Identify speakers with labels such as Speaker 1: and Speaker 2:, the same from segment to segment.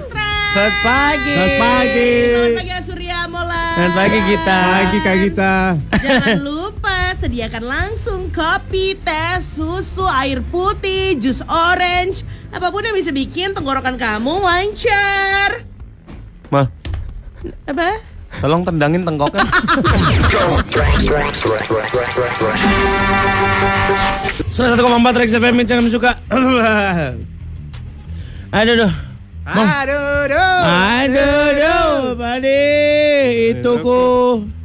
Speaker 1: Selamat pagi.
Speaker 2: Selamat pagi.
Speaker 3: Selamat pagi Mas Surya Mola.
Speaker 1: Selamat pagi kita.
Speaker 2: Pagi Kak Gita.
Speaker 3: Jangan lupa sediakan langsung kopi, teh, susu, air putih, jus orange, apapun yang bisa bikin tenggorokan kamu lancar.
Speaker 1: Mah,
Speaker 3: Apa?
Speaker 1: tolong tendangin tengkoknya.
Speaker 2: Salah satu koma empat Rex FM yang kami suka. Aduh duh. Bang.
Speaker 1: Aduh, aduh.
Speaker 2: Aduh duh, Padi. Itu ku.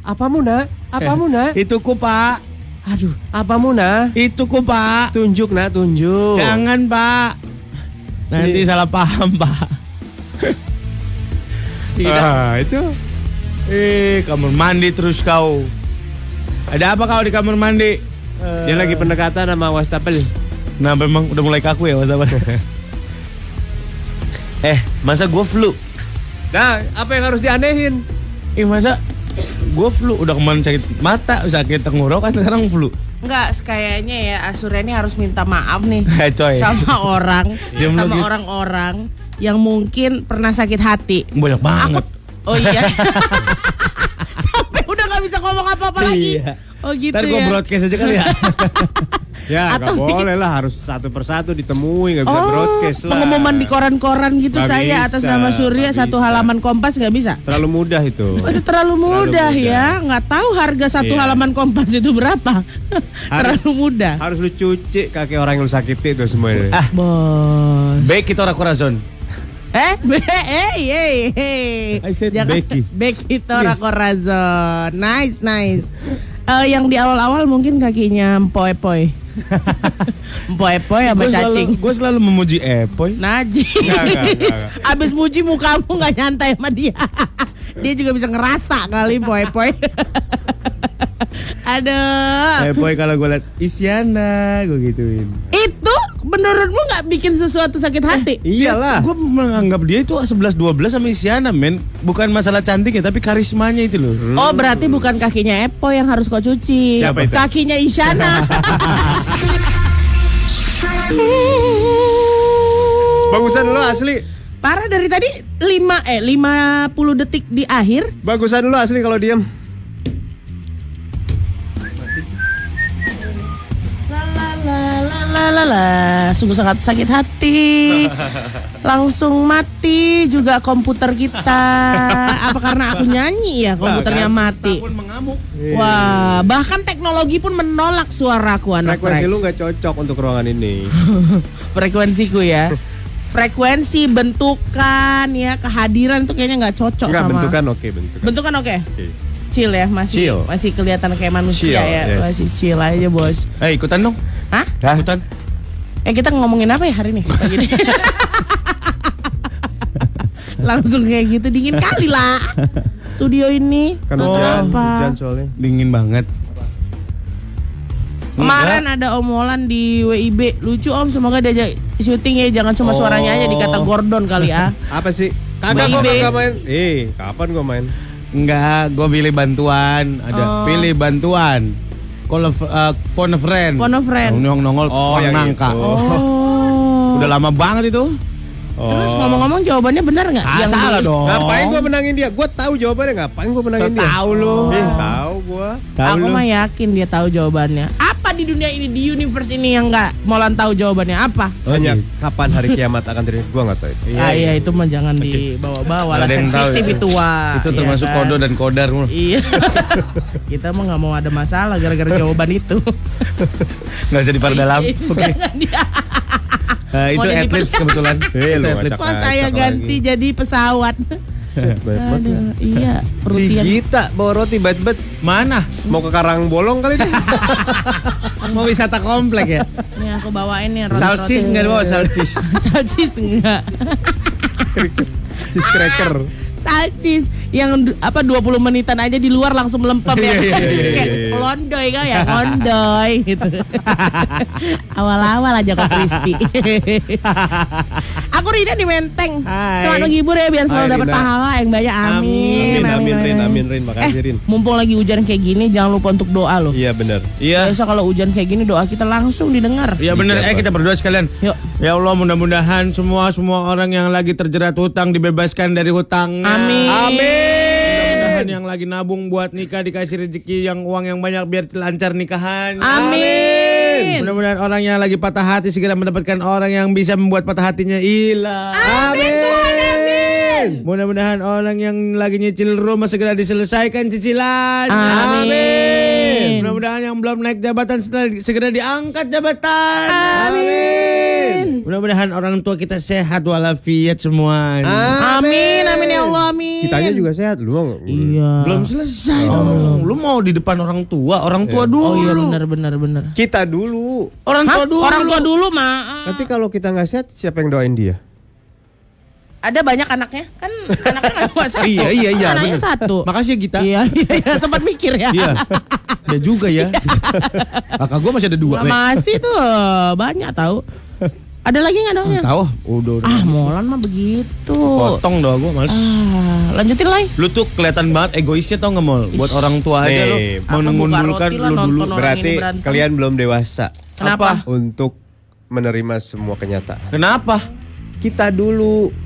Speaker 4: Apamu nak? Apamu nak?
Speaker 2: Itu ku Eh, Pak.
Speaker 4: Aduh, apamu nak?
Speaker 2: Itu ku Pak.
Speaker 4: Tunjuk nak, tunjuk.
Speaker 2: Jangan Pak. Iya. Nanti salah paham Pak. Tidak.
Speaker 1: Ah, itu.
Speaker 2: Eh, kamar mandi terus kau. Ada apa kau di kamar mandi?
Speaker 4: Dia lagi pendekatan sama wastafel.
Speaker 2: Nah, memang udah mulai kaku ya WhatsApp. eh, masa gue flu?
Speaker 4: Nah, apa yang harus dianehin?
Speaker 2: Ih, Eh, masa gue flu udah kemarin sakit mata, sakit tenggorokan, sekarang flu.
Speaker 3: Enggak, kayaknya ya Asura ini harus minta maaf nih
Speaker 2: Eh, coy.
Speaker 3: sama orang,
Speaker 2: Dia belum
Speaker 3: sama
Speaker 2: gitu.
Speaker 3: orang-orang yang mungkin pernah sakit hati.
Speaker 2: Banyak banget.
Speaker 3: Oh iya. Sampai udah nggak bisa ngomong apa-apa lagi.
Speaker 2: Iya.
Speaker 3: Oh gitu
Speaker 2: Ntar gue
Speaker 3: ya.
Speaker 2: broadcast aja kali ya.
Speaker 4: Ya,
Speaker 3: Atau
Speaker 4: nggak
Speaker 3: bikin-
Speaker 4: boleh lah. Harus satu persatu ditemui. Nggak bisa
Speaker 3: Oh,
Speaker 4: broadcast lah.
Speaker 3: pengumuman di koran-koran gitu
Speaker 4: Nggak
Speaker 3: saya
Speaker 4: bisa,
Speaker 3: atas nama Surya
Speaker 4: nggak
Speaker 3: satu
Speaker 4: bisa.
Speaker 3: halaman kompas nggak bisa.
Speaker 4: Terlalu mudah itu.
Speaker 3: Oh, itu terlalu mudah,
Speaker 4: mudah.
Speaker 3: ya, nggak tahu harga satu
Speaker 4: Iya.
Speaker 3: halaman kompas itu berapa. terlalu mudah.
Speaker 4: Harus lu cuci kaki orang yang lu sakiti itu semuanya.
Speaker 2: Ah.
Speaker 3: Bos.
Speaker 2: Baik kita ora korazon.
Speaker 3: Eh, be, eh, ye, ye.
Speaker 4: I said Becky.
Speaker 3: Becky Tora Corazon. Nice, nice. Eh, yang di awal-awal mungkin kakinya mpoe-poe. mpoe-poe sama
Speaker 2: Gue selalu,
Speaker 3: cacing.
Speaker 2: gua selalu memuji Epoy.
Speaker 4: Enggak, enggak, enggak,
Speaker 3: Najis.
Speaker 4: enggak.
Speaker 3: Abis muji mukamu nggak nyantai sama dia. dia juga bisa ngerasa kali poe-poe.
Speaker 4: Eh.
Speaker 3: Aduh.
Speaker 2: Epoy kalau gue liat Isyana, gue
Speaker 4: gitu.
Speaker 2: gituin.
Speaker 3: Itu menurutmu nggak bikin sesuatu sakit
Speaker 4: Eh,
Speaker 3: hati?
Speaker 4: Iyalah.
Speaker 2: Gue Iya, menganggap dia itu 11-12 sama Isyana, men. Bukan masalah cantik ya, tapi karismanya itu loh.
Speaker 3: Oh berarti bukan kakinya Epo yang harus kau cuci
Speaker 4: Siapa itu?
Speaker 3: Kakinya Isyana
Speaker 4: Bagusan lu asli.
Speaker 3: Parah dari tadi 5 eh 50 detik di akhir
Speaker 4: Bagusan lu asli kalau diem.
Speaker 3: La la la la la la la Sungguh sangat sakit hati Langsung mati juga komputer kita Apa karena aku nyanyi ya komputernya mati
Speaker 2: Pun mengamuk.
Speaker 3: Wah bahkan teknologi pun menolak suaraku anak
Speaker 4: Iya. Frekuensi
Speaker 3: Rex.
Speaker 4: lu nggak cocok untuk ruangan ini.
Speaker 3: frekuensiku ya frekuensi bentukan ya kehadiran tuh kayaknya nggak cocok
Speaker 4: Enggak
Speaker 3: sama
Speaker 4: bentukan oke bentukan.
Speaker 3: bentukan oke
Speaker 4: Oke.
Speaker 3: chill ya masih
Speaker 4: Chill.
Speaker 3: masih kelihatan kayak manusia
Speaker 4: Chill,
Speaker 3: ya
Speaker 4: yes.
Speaker 3: masih chill aja bos
Speaker 2: Eh, ikutan dong.
Speaker 3: Hah?
Speaker 2: Ikutan.
Speaker 3: Eh kita ngomongin apa ya hari ini? Pagi ini? Langsung kayak gitu dingin kali lah. Studio ini
Speaker 4: Kan
Speaker 3: Tuh,
Speaker 4: hujan,
Speaker 3: apa?
Speaker 4: hujan soalnya.
Speaker 2: Dingin banget.
Speaker 3: Kemarin ada omolan di WIB lucu om semoga diajak syuting ya jangan cuma
Speaker 2: Oh.
Speaker 3: suaranya aja dikata Gordon kali ya.
Speaker 4: Apa sih?
Speaker 3: Kagak, gua Baby. kagak
Speaker 4: main. Eh, kapan gua main?
Speaker 2: Enggak, gue pilih bantuan. Ada
Speaker 3: Oh.
Speaker 2: pilih bantuan. Call of, uh, phone a friend.
Speaker 3: Phone a friend.
Speaker 2: Nongol nongol
Speaker 4: Oh, yang
Speaker 2: nangka.
Speaker 4: itu.
Speaker 3: Oh.
Speaker 2: Udah lama banget itu.
Speaker 3: Terus ngomong-ngomong jawabannya benar nggak?
Speaker 2: Oh. Ah,
Speaker 3: Yang
Speaker 2: salah
Speaker 3: di-
Speaker 2: dong.
Speaker 4: Ngapain gua menangin dia? Gua tahu jawabannya ngapain gua menangin dia.
Speaker 2: Tahu lu.
Speaker 4: Eh, tahu gua.
Speaker 2: Tahu
Speaker 3: Aku
Speaker 2: lu.
Speaker 3: mah yakin dia tahu jawabannya. Apa di dunia ini di universe ini yang nggak Molan tahu jawabannya apa?
Speaker 4: Banyak kapan hari kiamat akan terjadi? Gua nggak tahu itu.
Speaker 3: ah, Oh, gitu. iya itu mah jangan dibawa-bawa lah
Speaker 2: Ada yang tahu
Speaker 3: sensitif
Speaker 2: ya?
Speaker 3: itu wah.
Speaker 2: Itu
Speaker 3: Iya
Speaker 2: termasuk
Speaker 3: kan?
Speaker 2: kodo dan kodar. lu.
Speaker 3: Iya. Kita mah nggak mau ada masalah gara-gara jawaban itu.
Speaker 2: Nggak usah diperdalam. Oke.
Speaker 3: Jangan dia.
Speaker 2: Eh,
Speaker 3: Iya. Mau
Speaker 2: itu
Speaker 3: jadi
Speaker 2: adlibs
Speaker 3: pedas.
Speaker 2: kebetulan.
Speaker 4: Eh,
Speaker 2: Itu
Speaker 4: lu
Speaker 2: adlibs.
Speaker 4: ngacak.
Speaker 3: Wah saya
Speaker 2: gitu
Speaker 4: Cakep
Speaker 3: ganti jadi pesawat.
Speaker 4: Eh,
Speaker 2: ya.
Speaker 3: Aduh, iya.
Speaker 4: Si
Speaker 3: Perutian.
Speaker 4: Gita bawa roti bet-bet
Speaker 2: Mana?
Speaker 4: mau ke Karang Bolong kali dia.
Speaker 2: Mau wisata komplek ya?
Speaker 3: Ini aku bawain nih. roti-roti.
Speaker 2: Salcis nggak bawa salcis.
Speaker 3: Salcis enggak.
Speaker 4: Cheese cracker.
Speaker 3: salcis yang du- apa 20 menitan aja di luar langsung melempem ya.
Speaker 2: Iya, iya, iya, iya,
Speaker 3: Kayak
Speaker 4: iya.
Speaker 3: londoy kan ya, londoy gitu. Awal-awal aja kok Kristi. Aku muridnya di Menteng.
Speaker 2: Hai.
Speaker 3: Selamat menghibur ya biar selalu
Speaker 4: Hai,
Speaker 3: dapat
Speaker 4: Rina.
Speaker 3: pahala yang banyak. Amin.
Speaker 4: Amin, amin, Rin, amin, Rin. Makasih,
Speaker 3: Eh,
Speaker 4: Rin.
Speaker 3: mumpung lagi hujan kayak gini jangan lupa untuk doa loh.
Speaker 4: Iya benar.
Speaker 2: Iya.
Speaker 3: Biasa kalau hujan kayak gini doa kita langsung didengar.
Speaker 2: Iya benar. Eh kita berdoa sekalian.
Speaker 3: Yuk.
Speaker 2: Ya Allah mudah-mudahan semua semua orang yang lagi terjerat hutang dibebaskan dari hutangnya.
Speaker 3: Amin.
Speaker 2: Mudah-mudahan yang lagi nabung buat nikah dikasih rezeki yang uang yang banyak biar lancar nikahan.
Speaker 3: Amin.
Speaker 2: Mudah-mudahan orang yang lagi patah hati segera mendapatkan orang yang bisa membuat patah hatinya hilang.
Speaker 3: Amin, Tuhan, amin.
Speaker 2: Mudah-mudahan orang yang lagi nyicil rumah segera diselesaikan cicilan.
Speaker 3: Amin.
Speaker 2: Mudah-mudahan yang belum naik jabatan setelah- segera diangkat jabatan. Amin. Mudah-mudahan orang tua kita sehat walafiat semua.
Speaker 3: Ah. Amin, amin ya Allah, amin.
Speaker 4: Kitanya juga sehat, lu mau?
Speaker 3: Iya.
Speaker 2: Belum selesai dong. Lu mau di depan orang tua, orang tua
Speaker 3: Oh
Speaker 2: dulu.
Speaker 3: iya benar benar benar.
Speaker 4: Kita dulu.
Speaker 2: Orang
Speaker 3: Hah?
Speaker 2: tua dulu.
Speaker 3: Orang tua dulu mah.
Speaker 4: Nanti kalau kita nggak sehat, siapa yang doain dia?
Speaker 3: Ada banyak anaknya kan anaknya nggak cuma satu.
Speaker 2: Iya, iya, iya,
Speaker 3: Anaknya
Speaker 2: bener.
Speaker 3: satu.
Speaker 2: Makasih ya Gita.
Speaker 3: Iya iya iya, sempat mikir ya.
Speaker 2: Iya. Ada juga ya. Kakak gua masih ada dua. eh.
Speaker 3: Nah, Masih tuh banyak tahu. Ada lagi nggak dong ya?
Speaker 2: eh. Tahu? Udah, udah.
Speaker 3: Ah Molan mah begitu.
Speaker 2: Potong dong gua males.
Speaker 3: Ah, lanjutin lagi.
Speaker 2: Lu tuh kelihatan banget egoisnya tau nggak mal? Buat orang tua aja
Speaker 4: Nih,
Speaker 2: lu
Speaker 3: Apa,
Speaker 2: mau
Speaker 3: buka
Speaker 2: mengundurkan
Speaker 3: roti lah,
Speaker 2: lu dulu.
Speaker 3: nonton orang
Speaker 4: Berarti
Speaker 3: ini berantem. Ah.
Speaker 4: kalian belum dewasa.
Speaker 3: Kenapa?
Speaker 4: Untuk menerima semua kenyataan.
Speaker 2: Kenapa?
Speaker 4: Kita dulu.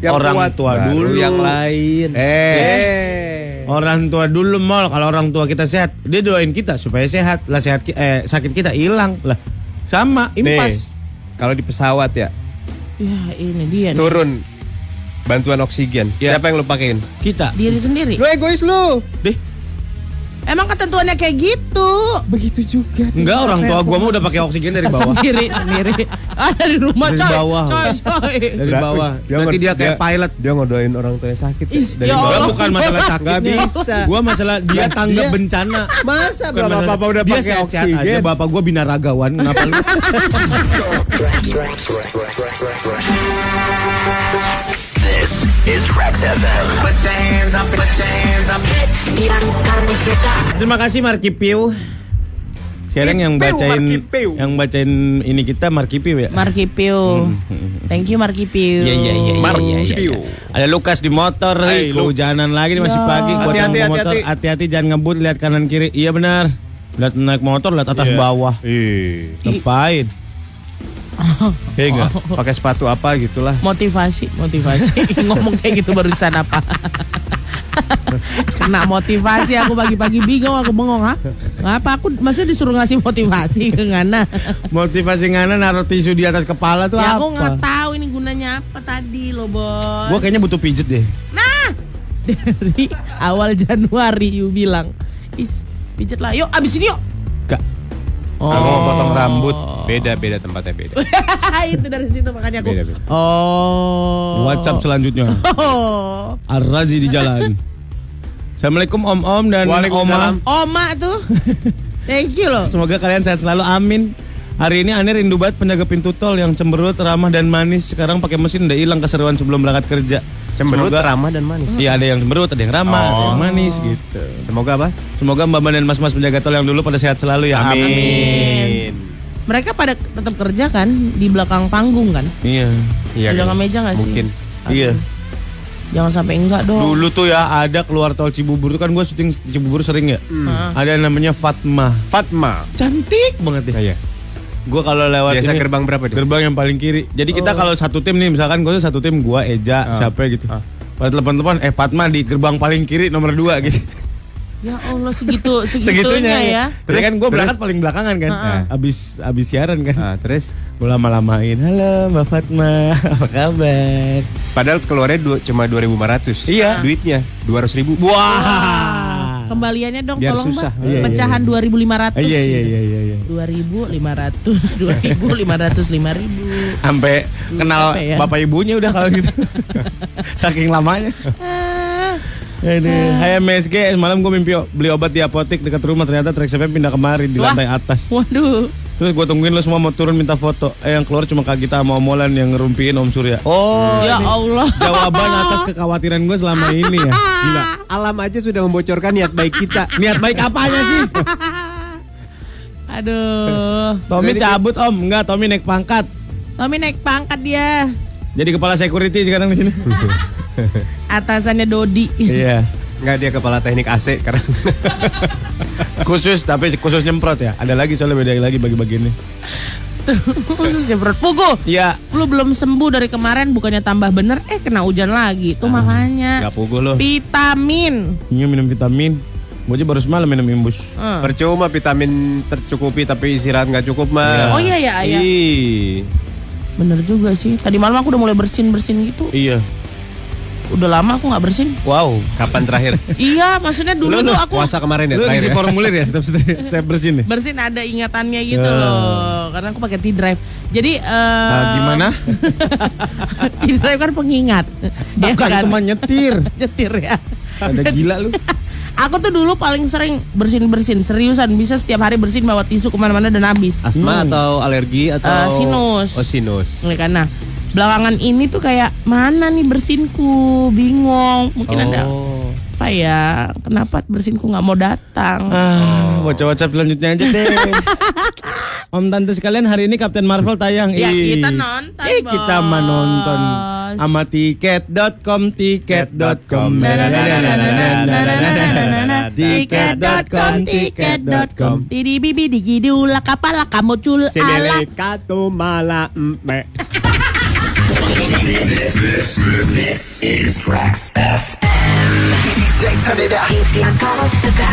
Speaker 2: Orang tua
Speaker 4: baru
Speaker 2: dulu.
Speaker 4: Yang lain.
Speaker 2: Eh.
Speaker 4: Eh.
Speaker 2: Orang tua dulu mal kalau orang tua kita sehat, dia doain kita supaya sehat. Lah sehat ki- eh sakit kita hilang. Lah sama impas.
Speaker 4: Nih, Kalau di pesawat ya,
Speaker 3: Ya ini dia. Nih.
Speaker 4: turun bantuan oksigen.
Speaker 2: Iya.
Speaker 4: Siapa yang lu pakein?
Speaker 2: Kita.
Speaker 3: Diri sendiri.
Speaker 4: Ya. Lu egois lu.
Speaker 2: Deh,
Speaker 3: Emang ketentuannya kayak gitu.
Speaker 4: Begitu juga.
Speaker 2: enggak orang tua gua mah udah pakai oksigen
Speaker 3: Ya
Speaker 2: dari bawah.
Speaker 3: Sendiri sendiri. Ah dari rumah
Speaker 2: Dari
Speaker 3: coy.
Speaker 2: bawah.
Speaker 3: Coy coy.
Speaker 2: Dari bawah. Nanti dia kayak pilot.
Speaker 4: Dia ngodoin orang tua yang sakit.
Speaker 3: Is-
Speaker 4: dari
Speaker 3: ya
Speaker 4: bawah.
Speaker 2: Gua
Speaker 3: Allah.
Speaker 2: bukan masalah
Speaker 4: Nggak
Speaker 2: sakitnya.
Speaker 4: bisa.
Speaker 2: Gua masalah dia tanggap
Speaker 4: Dia-
Speaker 2: bencana.
Speaker 4: Masa
Speaker 2: Bukan masalah- dia sehat-sehat Aja, bapak gua binaragawan. Kenapa lu?
Speaker 5: This is Rex FM. Put your hands up, put your hands up. yang kamu suka.
Speaker 2: Terima kasih Marki Piu. Sekarang yang
Speaker 4: Piu,
Speaker 2: bacain
Speaker 4: Marky Piu.
Speaker 2: yang bacain ini kita Marki Piu ya.
Speaker 3: Marki Piu. Thank you Marki Piu.
Speaker 2: Iya iya iya. iya,
Speaker 4: Marky
Speaker 2: iya,
Speaker 4: Piu.
Speaker 2: iya. Ada Lukas di motor, hey,
Speaker 4: Hai, Lu.
Speaker 2: hujanan lagi nih, masih
Speaker 3: Ya.
Speaker 2: pagi. Buat
Speaker 4: Hati-hati,
Speaker 2: yang mau motor,
Speaker 4: hati-hati.
Speaker 2: hati-hati jangan ngebut, lihat kanan kiri. Iya benar. Lihat naik motor, lihat atas bawah. Ngapain?
Speaker 4: Iya enggak? Pakai sepatu apa gitulah.
Speaker 3: Motivasi, motivasi. Ngomong kayak gitu barusan apa? Kena motivasi aku pagi-pagi bingung aku bengong ha? Ngapa aku maksudnya disuruh ngasih motivasi ke Ngana?
Speaker 2: Motivasi ngana naruh tisu di atas kepala tuh
Speaker 3: Ya
Speaker 2: apa?
Speaker 3: aku nggak tahu ini gunanya apa tadi loh bos.
Speaker 2: Gua kayaknya butuh pijet deh.
Speaker 3: dari awal Januari you bilang is pijet lah yuk abis ini yuk
Speaker 2: Gak.
Speaker 3: oh.
Speaker 2: Aku mau potong rambut.
Speaker 4: Beda-beda tempatnya beda.
Speaker 3: itu dari situ makanya aku
Speaker 4: Beda, beda.
Speaker 3: oh
Speaker 2: WhatsApp selanjutnya.
Speaker 3: oh
Speaker 2: Arrazi di jalan. Assalamualaikum Om Om dan
Speaker 4: Waalaikumsalam.
Speaker 2: Oma.
Speaker 3: oma tuh thank you loh
Speaker 2: Semoga kalian sehat selalu. Amin. Hari ini aneh rindu banget penjaga pintu tol yang cemberut, ramah dan manis. Sekarang pakai mesin udah hilang keseruan sebelum berangkat kerja.
Speaker 4: Cemberut,
Speaker 2: Semoga-
Speaker 4: ramah dan manis.
Speaker 2: Iya ada yang cemberut, ada yang ramah, ada yang manis gitu.
Speaker 4: Semoga apa?
Speaker 2: Semoga mbak dan mas-mas penjaga tol yang dulu pada sehat selalu ya.
Speaker 3: mereka pada tetap kerja kan di belakang panggung kan
Speaker 2: Iya.
Speaker 3: Di
Speaker 4: Iya. kan?
Speaker 3: belakang meja nggak sih
Speaker 4: Mungkin.
Speaker 3: Aduh,
Speaker 2: Iya.
Speaker 3: jangan sampai enggak dong
Speaker 2: Dulu tuh ya ada keluar tol Cibubur tuh kan gue syuting di Cibubur sering ya. Ada yang namanya Fatma.
Speaker 4: Fatma.
Speaker 2: Cantik banget ya.
Speaker 4: Iya.
Speaker 2: Gue kalau lewat
Speaker 4: Biasa
Speaker 2: ini-
Speaker 4: gerbang berapa dia?
Speaker 2: Gerbang yang paling kiri. Jadi kita kalau satu tim nih, misalkan gue satu tim, gua Eja,
Speaker 4: Ah.
Speaker 2: siapa gitu.
Speaker 4: Ah.
Speaker 2: Pada telepon-telepon, eh Patma di gerbang paling kiri nomor dua gitu.
Speaker 3: ya allah segitu segitunya
Speaker 2: Segitunya
Speaker 3: ya
Speaker 2: Terus kan
Speaker 4: Terus-
Speaker 2: gue
Speaker 4: terus-
Speaker 2: berangkat paling belakangan kan. Abis abis siaran kan.
Speaker 4: Ah, terus
Speaker 2: Gue lama-lamain. Halo Mbak Fatma, apa kabar?
Speaker 4: padahal keluarnya dua, cuma 2500.
Speaker 2: Iya.
Speaker 4: Duitnya 200 ribu.
Speaker 2: Wah.
Speaker 3: kembaliannya dong
Speaker 4: Biar
Speaker 3: tolong
Speaker 4: susah.
Speaker 3: Mbak.
Speaker 2: Iya, iya,
Speaker 3: pecahan
Speaker 2: iya.
Speaker 3: 2500
Speaker 2: Iya iya
Speaker 3: gitu.
Speaker 2: iya iya. iya.
Speaker 3: 2500, 2500, 5000.
Speaker 2: Sampai kenal
Speaker 3: capek ya.
Speaker 2: bapak ibunya udah kalau gitu. Saking lamanya.
Speaker 3: Ah,
Speaker 2: Aduh. Hai MSG, malam gue mimpi o- beli obat di apotek dekat rumah ternyata Trax FM pindah kemari di
Speaker 3: Wah.
Speaker 2: lantai atas.
Speaker 3: waduh.
Speaker 2: Terus gue tungguin lo semua mau turun minta foto. Eh yang keluar cuma Kak Gita sama Omolan yang ngerumpiin Om Surya. Oh.
Speaker 3: ya Allah.
Speaker 2: Jawaban atas kekhawatiran gue selama ini ya.
Speaker 4: Gila. Alam aja sudah membocorkan niat baik kita.
Speaker 2: Niat baik apanya sih?
Speaker 3: Aduh.
Speaker 2: Tommy cabut om, enggak Tommy naik pangkat.
Speaker 3: Tommy naik pangkat dia.
Speaker 2: Jadi kepala security sekarang di sini.
Speaker 3: Atasannya Dodi.
Speaker 2: Eh.
Speaker 4: Iya. Enggak dia kepala teknik AC karena
Speaker 2: khusus tapi khusus nyemprot ya. Ada lagi soalnya beda lagi bagi-bagi ini.
Speaker 3: Khususnya perut pugu.
Speaker 2: Iya.
Speaker 3: Flu belum sembuh dari kemarin bukannya tambah bener eh kena hujan lagi.
Speaker 2: Ah,
Speaker 3: Tuh makanya.
Speaker 2: Gak pukul loh.
Speaker 3: Vitamin.
Speaker 2: Ini minum vitamin. Gue aja baru semalam minum imbus.
Speaker 3: Hmm.
Speaker 4: percuma vitamin tercukupi tapi istirahat nggak cukup mah.
Speaker 3: Oh iya ya, iya.
Speaker 4: Ih.
Speaker 3: Bener juga sih. Tadi malam aku udah mulai bersin-bersin gitu.
Speaker 2: Iya.
Speaker 3: Udah lama aku nggak bersin.
Speaker 2: Wow.
Speaker 4: Kapan terakhir?
Speaker 3: Iya, maksudnya dulu tuh aku
Speaker 4: puasa kemarin ya
Speaker 2: Lu isi
Speaker 4: terakhir. ya?
Speaker 2: formulir ya step step, step bersin nih.
Speaker 3: bersin ada ingatannya gitu
Speaker 2: Ya.
Speaker 3: loh. Karena aku pakai T-Drive. Jadi eh
Speaker 2: Nah, gimana?
Speaker 3: T-Drive kan pengingat. Ya
Speaker 2: Bukan
Speaker 3: kan?
Speaker 2: itu mah nyetir.
Speaker 3: nyetir ya.
Speaker 2: Ada gila lu.
Speaker 3: Aku tuh dulu paling sering bersin-bersin, seriusan bisa setiap hari bersin bawa tisu kemana-mana dan habis.
Speaker 4: Asma atau alergi
Speaker 3: Eh,
Speaker 4: atau
Speaker 3: sinus.
Speaker 4: Oh sinus.
Speaker 3: Oleh karena belakangan ini tuh kayak mana nih bersinku, bingung. Mungkin ada
Speaker 2: Oh.
Speaker 4: Oh.
Speaker 3: apa ya? Kenapa bersinku nggak mau datang?
Speaker 2: Ah, wacap-wacap selanjutnya aja deh. Om tante sekalian hari ini Kapten Marvel tayang.
Speaker 3: Ya,
Speaker 2: Ih.
Speaker 3: kita nonton,
Speaker 2: Eh, kita
Speaker 3: Bos.
Speaker 2: menonton sama tiket.com tiket.com.
Speaker 3: Tiket.com, tiket.com, Didi bibi digi diulak kepala kamu cul ala.
Speaker 4: Katu mala empe.
Speaker 5: This is Tracks FM. DJ, turn it up.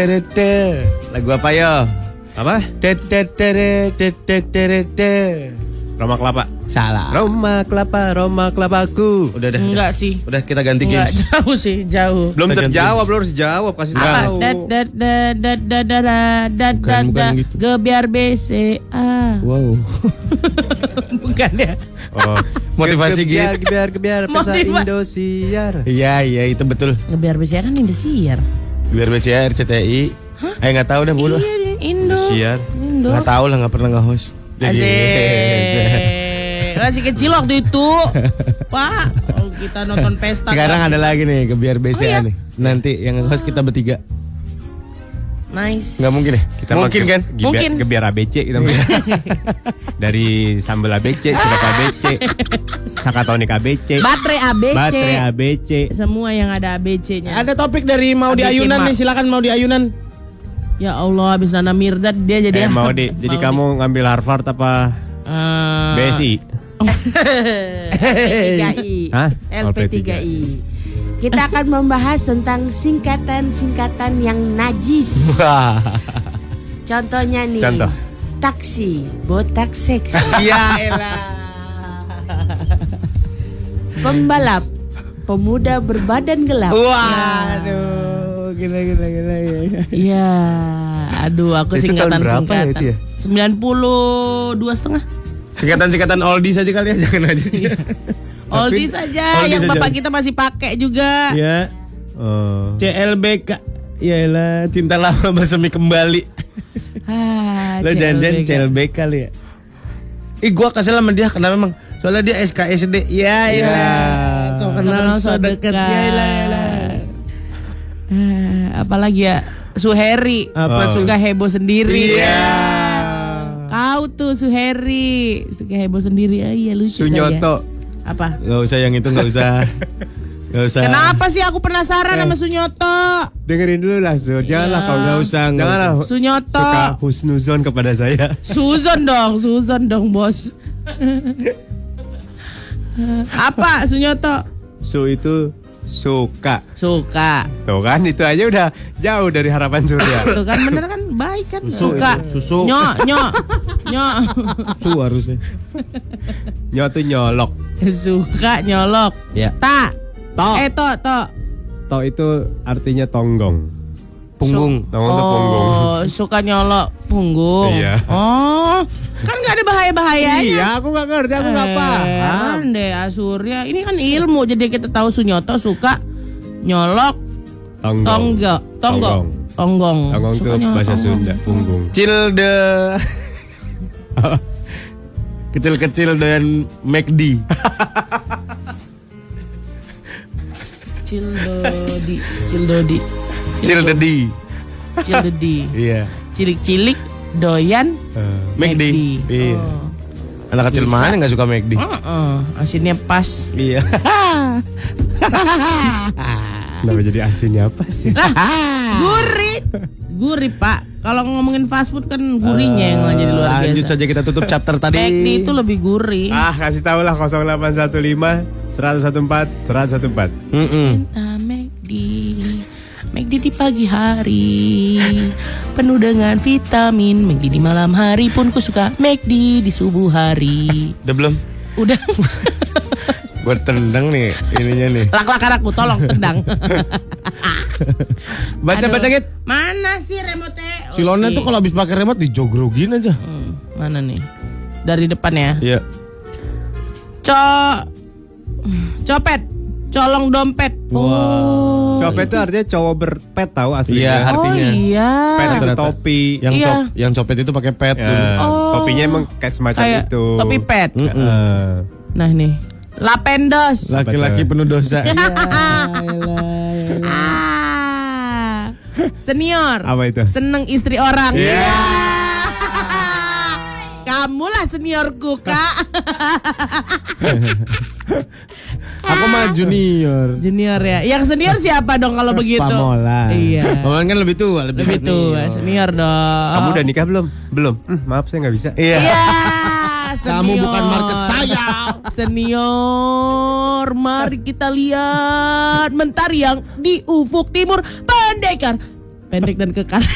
Speaker 4: Lagu apa yo? Apa? Roma kelapa.
Speaker 2: Salah.
Speaker 4: Roma kelapa, Roma kelapaku. Udah deh.
Speaker 3: Enggak sih.
Speaker 4: Udah kita ganti
Speaker 3: Enggak
Speaker 4: games.
Speaker 3: jauh sih, jauh.
Speaker 4: Belum terjawab, belum harus jawab kasih
Speaker 3: Apa?
Speaker 4: tahu.
Speaker 3: Da da da da da da da da
Speaker 2: Bukan,
Speaker 3: da
Speaker 2: bukan gitu.
Speaker 3: gebiar BCA.
Speaker 2: Wow.
Speaker 3: Bukan ya.
Speaker 2: Motivasi
Speaker 4: Gebiar,
Speaker 2: gitu.
Speaker 4: gebiar, gebiar, pesa
Speaker 3: Motiva-
Speaker 4: Indosiar.
Speaker 2: Iya, iya itu betul.
Speaker 3: Gebiar BCA kan Indosiar.
Speaker 2: Biar BCA RCTI. Eh nggak tahu deh mulu.
Speaker 3: Iya, Indo.
Speaker 4: Indosiar.
Speaker 3: Indo.
Speaker 2: Nggak tahu lah nggak pernah nggak host.
Speaker 4: Iya,
Speaker 3: Asik. Masih kecil waktu itu. Pak, oh, kita nonton pesta.
Speaker 2: Sekarang
Speaker 3: kan?
Speaker 2: ada lagi nih ke biar BCA
Speaker 3: iya.
Speaker 2: nih. Nanti yang host kita bertiga.
Speaker 3: Nice.
Speaker 2: Nggak mungkin ya?
Speaker 4: Kita
Speaker 2: mungkin
Speaker 4: pakai
Speaker 2: kan?
Speaker 4: gebiar-
Speaker 3: Mungkin.
Speaker 4: Gebiar ABC kita mungkin. Dari sambal ABC, cilok ABC, sakatonik ABC,
Speaker 3: Baterai ABC.
Speaker 4: baterai ABC.
Speaker 3: Semua yang ada ABC-nya.
Speaker 2: Ada topik dari mau di
Speaker 3: Ada
Speaker 2: ayunan
Speaker 3: Cimak.
Speaker 2: nih, silakan mau di ayunan.
Speaker 3: Ya Allah, habis Nana Mirdad dia jadi
Speaker 4: Eh, mau di, jadi
Speaker 3: Maudi.
Speaker 4: kamu ngambil Harvard apa
Speaker 3: Eh,
Speaker 4: BSI?
Speaker 6: LP3I.
Speaker 4: Hah?
Speaker 6: LP3I. Kita akan membahas tentang singkatan-singkatan yang najis. Contohnya nih.
Speaker 4: Contoh.
Speaker 6: Taksi, botak seksi.
Speaker 2: Iya,
Speaker 6: Pembalap, pemuda berbadan gelap.
Speaker 2: Oh. Waduh, gila gila gila. gila.
Speaker 3: Iya. Aduh, aku
Speaker 4: Itu tahun
Speaker 3: singkatan
Speaker 4: berapa ya
Speaker 3: singkatan.
Speaker 4: itu ya?
Speaker 3: 92 setengah.
Speaker 2: Singkatan-singkatan oldies aja kali ya, jangan aja sih.
Speaker 3: Oldies saja
Speaker 2: oldies
Speaker 3: yang
Speaker 2: aja.
Speaker 3: bapak kita masih pakai juga.
Speaker 2: ya,
Speaker 4: Eh,
Speaker 2: CLBK. Yaelah, Iya, cinta lama bersemi kembali.
Speaker 3: Ah,
Speaker 2: Lo janjian
Speaker 3: CLBK.
Speaker 2: CLBK kali ya. Ih, gua kesel sama dia kenapa emang? Soalnya dia SKSD. Ya, ya. So kenal, so deket. Ya, Yaelah, yaelah.
Speaker 3: Eh, apalagi ya Suheri Ah.
Speaker 2: Apa,
Speaker 3: suka heboh sendiri
Speaker 2: Iya.
Speaker 3: kau tuh Suheri suka heboh sendiri ah, iya lucu kali ya.
Speaker 4: Sunyoto.
Speaker 3: apa
Speaker 2: Gak usah yang itu, gak usah. Gak usah.
Speaker 3: kenapa sih aku penasaran sama Sunyoto
Speaker 4: Dengerin dulu lah,
Speaker 3: Iya.
Speaker 4: Zul. Janganlah kau
Speaker 2: Gak usah. gak
Speaker 4: Janganlah
Speaker 2: usah.
Speaker 3: Sunyoto
Speaker 4: suka husnuzon kepada saya.
Speaker 3: Suzon dong Suzon dong bos apa Sunyoto
Speaker 4: Su itu suka.
Speaker 3: suka
Speaker 4: Tuh kan itu aja udah jauh dari harapan surya.
Speaker 3: tuh kan bener kan baik kan suka
Speaker 2: Susu.
Speaker 3: nyok nyok nyok
Speaker 2: Su harusnya.
Speaker 4: Nyo tuh nyolok.
Speaker 3: suka nyolok
Speaker 4: Ya.
Speaker 3: tak
Speaker 2: Iya. Tok.
Speaker 3: eh to to
Speaker 4: To itu artinya tonggong.
Speaker 2: Punggung.
Speaker 4: Tonggong tuh punggung.
Speaker 3: Oh, suka nyolok punggung.
Speaker 4: Iya.
Speaker 3: Oh, kan nggak ada bahaya-bahayanya.
Speaker 4: Iya, aku nggak ngerti, aku
Speaker 3: Eh.
Speaker 4: nggak paham.
Speaker 3: Kan deh Asurya. Ini kan ilmu jadi kita tahu Sunyoto suka nyolok
Speaker 4: Tonggong.
Speaker 3: tonggo, tonggo,
Speaker 4: Tonggong.
Speaker 3: tonggong.
Speaker 4: Tonggong
Speaker 3: Suka
Speaker 4: itu
Speaker 3: nyolok
Speaker 4: bahasa
Speaker 3: tonggong.
Speaker 4: Sunda, punggung.
Speaker 2: Cilde. Kecil-kecil dan McD.
Speaker 3: Cildodi, cildodi,
Speaker 2: Cildedi.
Speaker 3: cildodi.
Speaker 2: Iya.
Speaker 3: Cilik-cilik doyan
Speaker 4: Eh,
Speaker 2: McD.
Speaker 3: McD.
Speaker 2: Iya.
Speaker 3: Oh.
Speaker 2: Anak kecil mana nggak suka McD?
Speaker 3: Heeh, asinnya pas.
Speaker 2: Iya.
Speaker 4: Kenapa jadi asinnya apa sih?
Speaker 3: Gurih. Gurih, Pak. Kalau ngomongin fast food kan gurihnya yang jadi luar biasa.
Speaker 2: Ah, Lanjut saja kita tutup chapter tadi.
Speaker 3: McD itu lebih gurih.
Speaker 4: Ah, kasih tau lah 0815 114 114.
Speaker 2: Mm-mm.
Speaker 3: Cinta McD. McD di pagi hari penuh dengan vitamin. McD di malam hari pun ku suka McD di subuh hari.
Speaker 2: Udah belum?
Speaker 3: Udah.
Speaker 2: Gue tendang nih ininya nih.
Speaker 3: Lak-lakan aku tolong tendang.
Speaker 2: Baca
Speaker 3: Aduh,
Speaker 2: baca git.
Speaker 3: Mana sih remote?
Speaker 2: Si Lona tuh kalau habis pakai remote dijogrogin aja.
Speaker 3: Hmm, mana nih? Dari depan ya.
Speaker 2: Iya.
Speaker 3: Co copet, colong dompet. Oh.
Speaker 4: Copet itu artinya cowok berpet tahu
Speaker 2: Iya,
Speaker 4: aslinya.
Speaker 3: Oh
Speaker 2: artinya.
Speaker 3: iya.
Speaker 4: Pet itu
Speaker 2: Ternyata.
Speaker 4: topi.
Speaker 2: Yang
Speaker 3: Iya.
Speaker 2: cop- yang copet itu pakai pet
Speaker 4: Ya,
Speaker 2: dulu.
Speaker 3: Oh.
Speaker 4: Topinya emang kayak semacam
Speaker 3: Kayak
Speaker 4: itu.
Speaker 3: topi pet.
Speaker 4: Heeh.
Speaker 3: Nah nih. Lapendos.
Speaker 2: Laki-laki penuh dosa.
Speaker 3: Iya. Ah. Senior.
Speaker 4: Apa itu?
Speaker 3: Seneng istri orang.
Speaker 4: Iya.
Speaker 3: Iya. Kamulah seniorku, Kak.
Speaker 2: Aku mah junior.
Speaker 3: Junior ya. Yang senior siapa dong kalau begitu?
Speaker 2: Pamola.
Speaker 3: Gitu.
Speaker 4: Oh,
Speaker 3: Iya.
Speaker 2: Pamolan kan lebih tua, lebih,
Speaker 3: Lebih tua, senior dong.
Speaker 4: Kamu udah nikah belum? Belum. Hmm, maaf saya nggak bisa.
Speaker 3: Ah. Iya.
Speaker 2: Kamu
Speaker 3: senior.
Speaker 2: bukan market saya.
Speaker 3: Senior, mari kita lihat mentari yang di ufuk timur pendekar. Pendek dan kekar.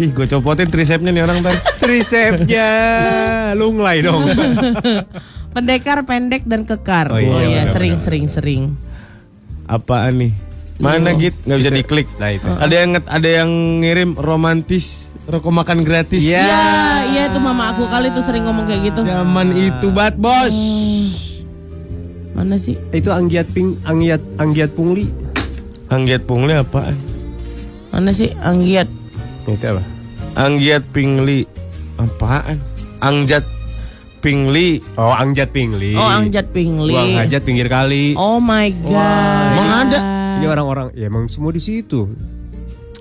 Speaker 2: Ih, gue copotin tricepnya nih orang tadi.
Speaker 4: Trisepnya lunglai dong.
Speaker 3: pendekar pendek dan kekar.
Speaker 4: Oh iya, benar,
Speaker 3: sering sering sering.
Speaker 2: Apaan nih? Mana git? Nggak bisa diklik.
Speaker 4: Nah itu.
Speaker 2: Ada yang nge- ada yang ngirim romantis rokok makan gratis.
Speaker 4: Iya.
Speaker 3: Iya, iya itu mama aku kali tuh sering ngomong kayak gitu.
Speaker 4: Ya.
Speaker 2: Zaman itu bat bos.
Speaker 3: Mana sih?
Speaker 4: Itu anggiat ping, anggiat, anggiat pungli.
Speaker 2: Anggiat pungli apaan?
Speaker 3: Mana sih Anggiat?
Speaker 4: Itu apa?
Speaker 2: Anggiat pingli apaan? Angjat pingli.
Speaker 4: Oh, angjat pingli.
Speaker 3: Oh, Angjat Pingli.
Speaker 4: Buang hajat pinggir kali.
Speaker 3: Oh my god.
Speaker 2: Emang ada?
Speaker 4: Ini orang-orang, ya emang semua di situ.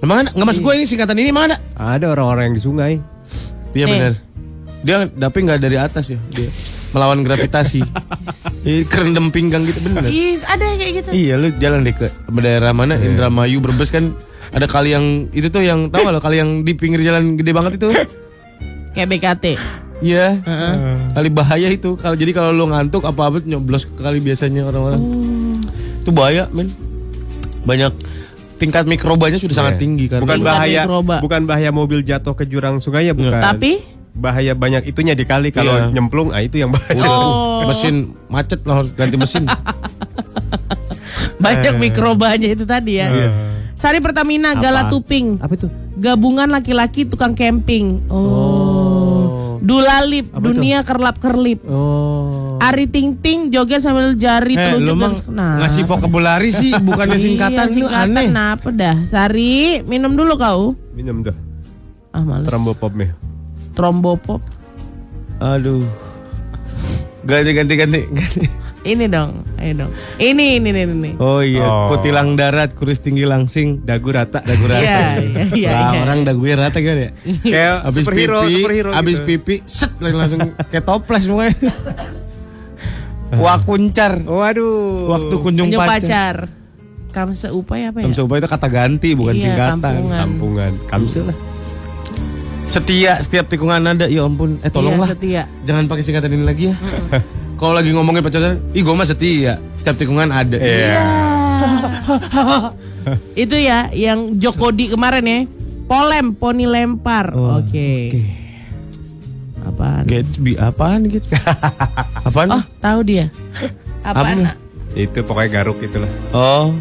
Speaker 2: Emang ada? Nggak mas gue ini singkatan ini emang ada?
Speaker 4: Ada orang-orang yang di sungai.
Speaker 2: Iya
Speaker 3: Nih.
Speaker 2: benar. Dia tapi nggak dari atas ya. Dia melawan gravitasi. Ih, Kerendam pinggang gitu bener.
Speaker 3: Is, ada yang kayak gitu.
Speaker 2: Iya lu jalan deh ke daerah mana
Speaker 3: Iya.
Speaker 2: Indramayu Brebes kan ada kali yang itu tuh yang tahu nggak lo kali yang di pinggir jalan gede banget itu
Speaker 3: Kayak BKT.
Speaker 2: iya
Speaker 3: Heeh.
Speaker 2: kali bahaya itu kalau jadi kalau lo ngantuk apa apa nyoblos ke kali biasanya orang-orang
Speaker 3: Oh.
Speaker 2: itu bahaya men banyak tingkat mikrobanya sudah sangat
Speaker 3: Iya.
Speaker 2: tinggi kan
Speaker 4: Ya. Bukan
Speaker 3: Tingkat
Speaker 4: bahaya,
Speaker 3: mikroba.
Speaker 4: bukan bahaya mobil jatuh ke jurang sungai ya bukan.
Speaker 3: Tapi
Speaker 4: bahaya banyak itunya di kali kalau
Speaker 2: Iya.
Speaker 4: nyemplung, ah itu yang bahaya.
Speaker 3: Oh.
Speaker 2: mesin macet lah harus ganti mesin
Speaker 3: banyak
Speaker 2: Eh.
Speaker 3: mikrobanya itu tadi ya.
Speaker 2: Iya.
Speaker 3: Sari Pertamina Gala Tuping.
Speaker 4: Apa itu?
Speaker 3: Gabungan laki-laki tukang camping. Oh. Dulalip, dunia kerlap-kerlip.
Speaker 4: Oh.
Speaker 3: Ari Ting Ting joget sambil jari
Speaker 2: eh
Speaker 3: telunjuk
Speaker 2: lo
Speaker 3: dan
Speaker 2: mah
Speaker 3: Nah,
Speaker 2: ngasih vokabulari sih bukannya
Speaker 3: iya,
Speaker 2: singkatan lu
Speaker 3: singkatan,
Speaker 2: aneh
Speaker 3: Kenapa dah? Sari, minum dulu kau.
Speaker 4: Minum tuh.
Speaker 3: Ah, males.
Speaker 4: Trombopop nih.
Speaker 3: Trombopop.
Speaker 2: aduh ganti ganti ganti, ganti.
Speaker 3: Ini dong, ayo dong. Ini, ini, ini, ini.
Speaker 2: Oh iya,
Speaker 4: Oh.
Speaker 2: kutilang darat, kuris tinggi langsing, dagu rata, dagu rata.
Speaker 3: Iya, iya, iya,
Speaker 2: Wah,
Speaker 3: iya.
Speaker 2: orang dagu rata gimana ya?
Speaker 4: Kayak
Speaker 2: Abis
Speaker 4: superhero,
Speaker 2: pipi,
Speaker 4: superhero
Speaker 2: abis
Speaker 4: gitu.
Speaker 2: pipi, set lain langsung kayak toples semuanya. Wakuncar,
Speaker 4: Waduh.
Speaker 2: waktu kunjung
Speaker 3: Kunjung
Speaker 2: pacar.
Speaker 3: pacar. Kamu seupai apa ya?
Speaker 2: Kamu coba itu kata ganti bukan
Speaker 3: Iya,
Speaker 2: singkatan.
Speaker 3: kampungan.
Speaker 4: kampungan. Kamsil lah.
Speaker 2: Setia setiap tikungan ada, ya ampun,
Speaker 3: Iya,
Speaker 2: eh tolonglah.
Speaker 3: setia.
Speaker 2: Jangan pakai singkatan ini lagi ya. Kalau lagi ngomongin pacaran, ih gue mah setia. Setiap tikungan ada. Iya.
Speaker 3: Itu ya yang Jokodi kemarin ya. Polem, poni lempar. Oke. Apaan?
Speaker 2: Gatsby apaan gitu? Gatsby? apaan?
Speaker 3: Oh, tahu dia. Apaan?
Speaker 2: Apa?
Speaker 3: nak?
Speaker 4: Itu pokoknya garuk gitu itulah.
Speaker 2: Oh.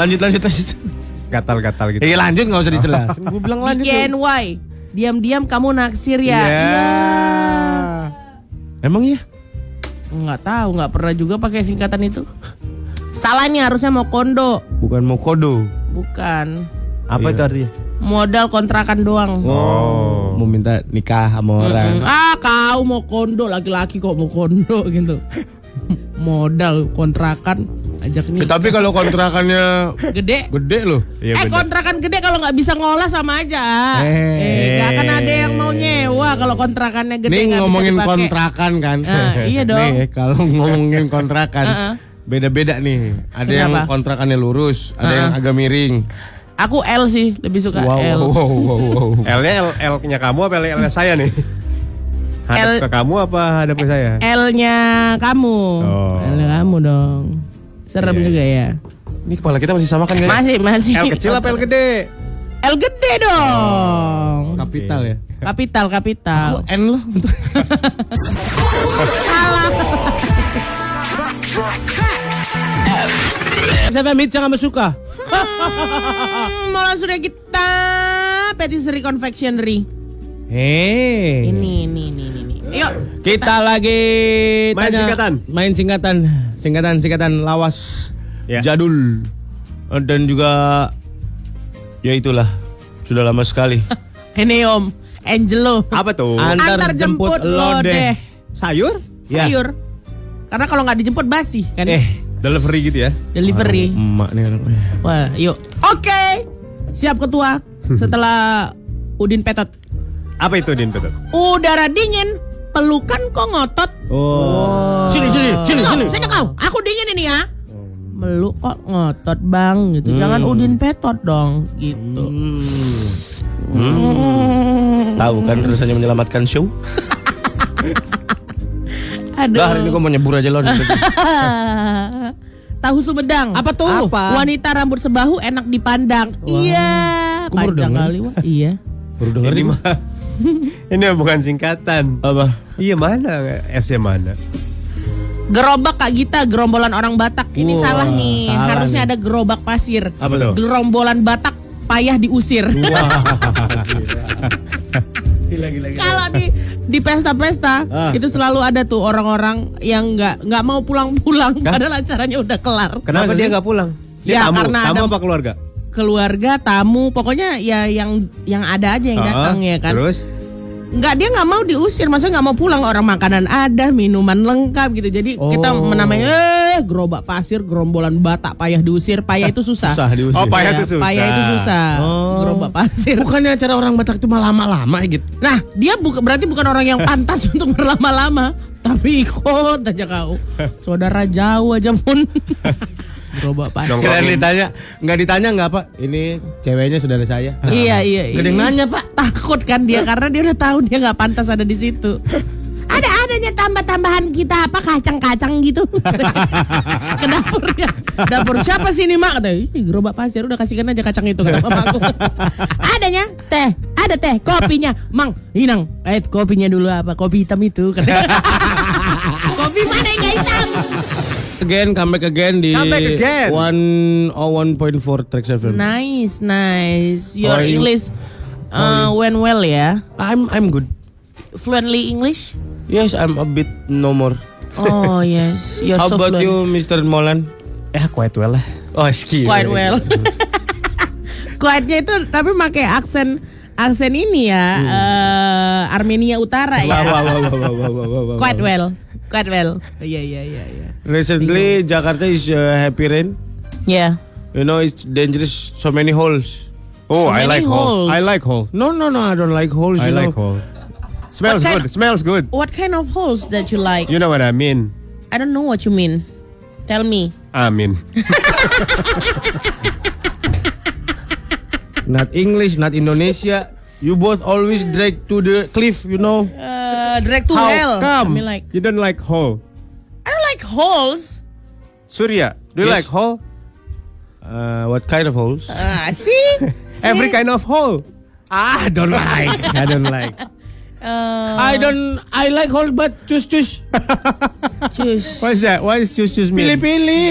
Speaker 2: Lanjut lanjut lanjut.
Speaker 4: Gitu. Gatal-gatal gitu.
Speaker 2: Iya lanjut nggak usah dijelasin. Gue bilang
Speaker 3: Di
Speaker 2: lanjut. tuh.
Speaker 3: KNY. Diam-diam kamu naksir ya.
Speaker 4: Iya.
Speaker 3: Iya.
Speaker 2: Emang ya?
Speaker 3: Nggak tahu, nggak pernah juga pakai singkatan itu. Salahnya harusnya mau kondo,
Speaker 2: Bukan mau kodo.
Speaker 3: bukan
Speaker 2: Apa
Speaker 4: Iya.
Speaker 2: itu artinya?
Speaker 3: modal kontrakan doang.
Speaker 2: Oh. Mau minta nikah sama orang.
Speaker 3: Mm, Ah, kau mau kondo laki-laki kok mau kondo gitu. Modal kontrakan. ajak nih.
Speaker 2: Eh, Tapi kalau kontrakannya
Speaker 3: Gede.
Speaker 2: gede loh.
Speaker 4: Iya
Speaker 3: eh
Speaker 4: bener.
Speaker 3: kontrakan gede kalau nggak bisa ngolah sama aja. Eh, nggak akan ada yang mau nyewa kalau kontrakannya gede
Speaker 2: Nih
Speaker 3: nggak bisa
Speaker 2: ngomongin
Speaker 3: dipakai.
Speaker 2: kontrakan kan.
Speaker 3: Ah, iya dong.
Speaker 2: Nih kalau ngomongin kontrakan.
Speaker 3: Heeh.
Speaker 2: Beda-beda nih. Ada yang
Speaker 3: Kenapa?
Speaker 2: kontrakannya lurus, ada
Speaker 3: Heeh.
Speaker 2: yang agak miring.
Speaker 3: Aku L sih lebih suka
Speaker 2: Wow,
Speaker 3: L.
Speaker 2: wow, wow, wow, wow.
Speaker 4: L-nya L, L-nya kamu apa L-nya L-nya saya nih? Hadap
Speaker 3: L-
Speaker 4: ke kamu apa hadap ke saya?
Speaker 3: L-nya kamu.
Speaker 4: Oh.
Speaker 3: L-nya kamu dong. Serem
Speaker 4: Iya.
Speaker 3: juga ya.
Speaker 4: Ini kepala kita masih sama kan guys?
Speaker 3: Masih masih.
Speaker 4: L kecil apa L gede?
Speaker 3: L gede dong.
Speaker 4: Oh.
Speaker 2: Kapital ya.
Speaker 3: Kapital kapital.
Speaker 2: N loh. Saya pamit jangan suka.
Speaker 3: Hmm, Molan sudah kita Patisserie Confectionery.
Speaker 2: Hei.
Speaker 3: Ini ini ini ini. ini. Yuk.
Speaker 2: Kita lagi
Speaker 4: Main
Speaker 2: tanya-
Speaker 4: singkatan.
Speaker 2: Main singkatan, singkatan, singkatan lawas,
Speaker 4: Ya.
Speaker 2: jadul, Eh, dan juga ya itulah sudah lama sekali.
Speaker 3: Ini Om Angelo.
Speaker 4: Apa tuh?
Speaker 3: Antar jemput lo deh.
Speaker 4: Sayur?
Speaker 2: Ya.
Speaker 3: Sayur. Karena kalau nggak dijemput basi kan.
Speaker 2: Eh,
Speaker 4: Delivery gitu ya?
Speaker 3: Delivery.
Speaker 2: emak nih anaknya.
Speaker 3: Wah, yuk. Oke. Siap ketua. Setelah Udin petot.
Speaker 4: Apa itu Din Petot?
Speaker 3: Udara dingin, pelukan kok ngotot.
Speaker 2: Oh. Sini sini sini
Speaker 3: Kau,
Speaker 2: sini. Oh.
Speaker 3: sini kau. Aku dingin ini ya. Meluk kok ngotot bang
Speaker 2: Hmm.
Speaker 3: gitu. Jangan Udin petot dong gitu.
Speaker 2: Tahu kan terus hanya menyelamatkan show.
Speaker 3: Aduh.
Speaker 2: Dah hari ini gua mau nyebur aja lo.
Speaker 3: Tahu Sumedang.
Speaker 2: Apa tuh? Apa?
Speaker 3: Wanita rambut sebahu enak dipandang. Iya.
Speaker 2: Aku baru
Speaker 3: Panjang
Speaker 2: denger.
Speaker 3: kali wah. Iya.
Speaker 2: Baru denger
Speaker 4: Ini
Speaker 2: nih
Speaker 4: mah Ini bukan singkatan.
Speaker 2: Apa?
Speaker 4: Iya mana? S-nya mana?
Speaker 3: Gerobak Kak Gita, gerombolan orang Batak. Ini
Speaker 2: Wah,
Speaker 3: salah nih.
Speaker 2: salah
Speaker 3: Harusnya
Speaker 2: nih.
Speaker 3: ada gerobak pasir.
Speaker 4: Apa tuh?
Speaker 3: Gerombolan Batak payah diusir. Kalau di di pesta-pesta
Speaker 4: Ah.
Speaker 3: itu selalu ada tuh orang-orang yang nggak nggak mau pulang-pulang padahal acaranya udah kelar.
Speaker 4: Kenapa dia nggak pulang?
Speaker 3: Ya,
Speaker 4: Dia tamu,
Speaker 3: karena
Speaker 4: tamu
Speaker 3: ada-
Speaker 4: apa keluarga?
Speaker 3: Keluarga, tamu, pokoknya ya yang yang ada aja yang datang
Speaker 4: Ah,
Speaker 3: ya kan.
Speaker 4: Terus?
Speaker 3: nggak dia nggak mau diusir maksudnya nggak mau pulang orang makanan ada minuman lengkap gitu jadi kita
Speaker 2: Oh.
Speaker 3: menamanya eh gerobak pasir gerombolan batak payah diusir payah itu susah
Speaker 2: Susah diusir. Oh.
Speaker 4: Oh, payah
Speaker 3: Ya,
Speaker 4: itu susah.
Speaker 3: payah itu susah gerobak pasir
Speaker 2: Bukannya acara orang Batak itu malah lama-lama gitu.
Speaker 3: nah dia buka, berarti bukan orang yang pantas untuk berlama-lama tapi ikut aja kau saudara jauh aja pun gerobak pasir
Speaker 2: Sekalian ditanya, nggak ditanya nggak apa? Ini ceweknya saudara saya.
Speaker 4: Ah.
Speaker 3: iya iya iya
Speaker 2: Gak ada yang nanya, Pak.
Speaker 3: takut kan dia karena dia udah tahu dia nggak pantas ada di situ ada adanya tambah-tambahan kita apa kacang-kacang gitu ke dapurnya dapur siapa sih ini mak kata "Ih, gerobak pasir udah kasihkan aja kacang itu kata mamaku adanya teh ada teh kopinya mang inang eh kopinya dulu apa kopi hitam itu kata kopi mana yang nggak hitam
Speaker 2: Again, comeback again di
Speaker 4: Comeback again.
Speaker 2: 101.4 Trax FM.
Speaker 3: Nah. nice nice your
Speaker 2: How are you?
Speaker 3: English uh, went well ya
Speaker 2: I'm I'm good.
Speaker 3: fluently English
Speaker 2: Yes, I'm a bit no more.
Speaker 3: Oh yes, you're
Speaker 2: How
Speaker 3: so
Speaker 2: about
Speaker 3: fluent.
Speaker 2: you, Mr. Molan?
Speaker 4: Eh, quite well lah.
Speaker 2: Oh,
Speaker 4: Iya,
Speaker 2: ski.
Speaker 3: Quite well. Quite-nya itu tapi pakai aksen aksen ini ya,
Speaker 4: Hmm.
Speaker 3: eh, Armenia Utara ya.
Speaker 2: Wah, wah, wah, wah, wah, wah, wah, wah, wah.
Speaker 3: Quite well. Quite well. Iya iya iya iya.
Speaker 2: Recently, Jakarta is uh, happy rain.
Speaker 3: Yeah.
Speaker 2: You know, it's dangerous. So many holes.
Speaker 4: Oh,
Speaker 3: So
Speaker 4: I
Speaker 3: many
Speaker 4: like
Speaker 3: holes.
Speaker 4: hole. I like hole.
Speaker 2: No, no, no. I don't like holes.
Speaker 4: I
Speaker 2: you
Speaker 4: like
Speaker 2: know.
Speaker 4: hole.
Speaker 3: What
Speaker 4: Smells
Speaker 3: kind-
Speaker 4: good. Smells good.
Speaker 3: What kind of holes that you like?
Speaker 4: You know what I mean?
Speaker 3: I don't know what you mean. Tell me.
Speaker 4: Amin.
Speaker 2: Not English, not Indonesia. You both always drag to the cliff. You know.
Speaker 3: Uh, direct to hell.
Speaker 4: How
Speaker 3: I
Speaker 4: come
Speaker 3: mean like
Speaker 4: you don't like hole?
Speaker 3: I don't like holes.
Speaker 4: Surya, do you
Speaker 2: Yes.
Speaker 4: like hole?
Speaker 2: Uh, what kind of holes?
Speaker 3: Ah, see? See?
Speaker 4: Every kind of hole.
Speaker 2: Ah, don't like. I don't like.
Speaker 3: Uh,
Speaker 2: I don't. I like hole, but choose choose.
Speaker 3: choose.
Speaker 4: Why is that? Why is choose choose me?
Speaker 2: Pilih pilih.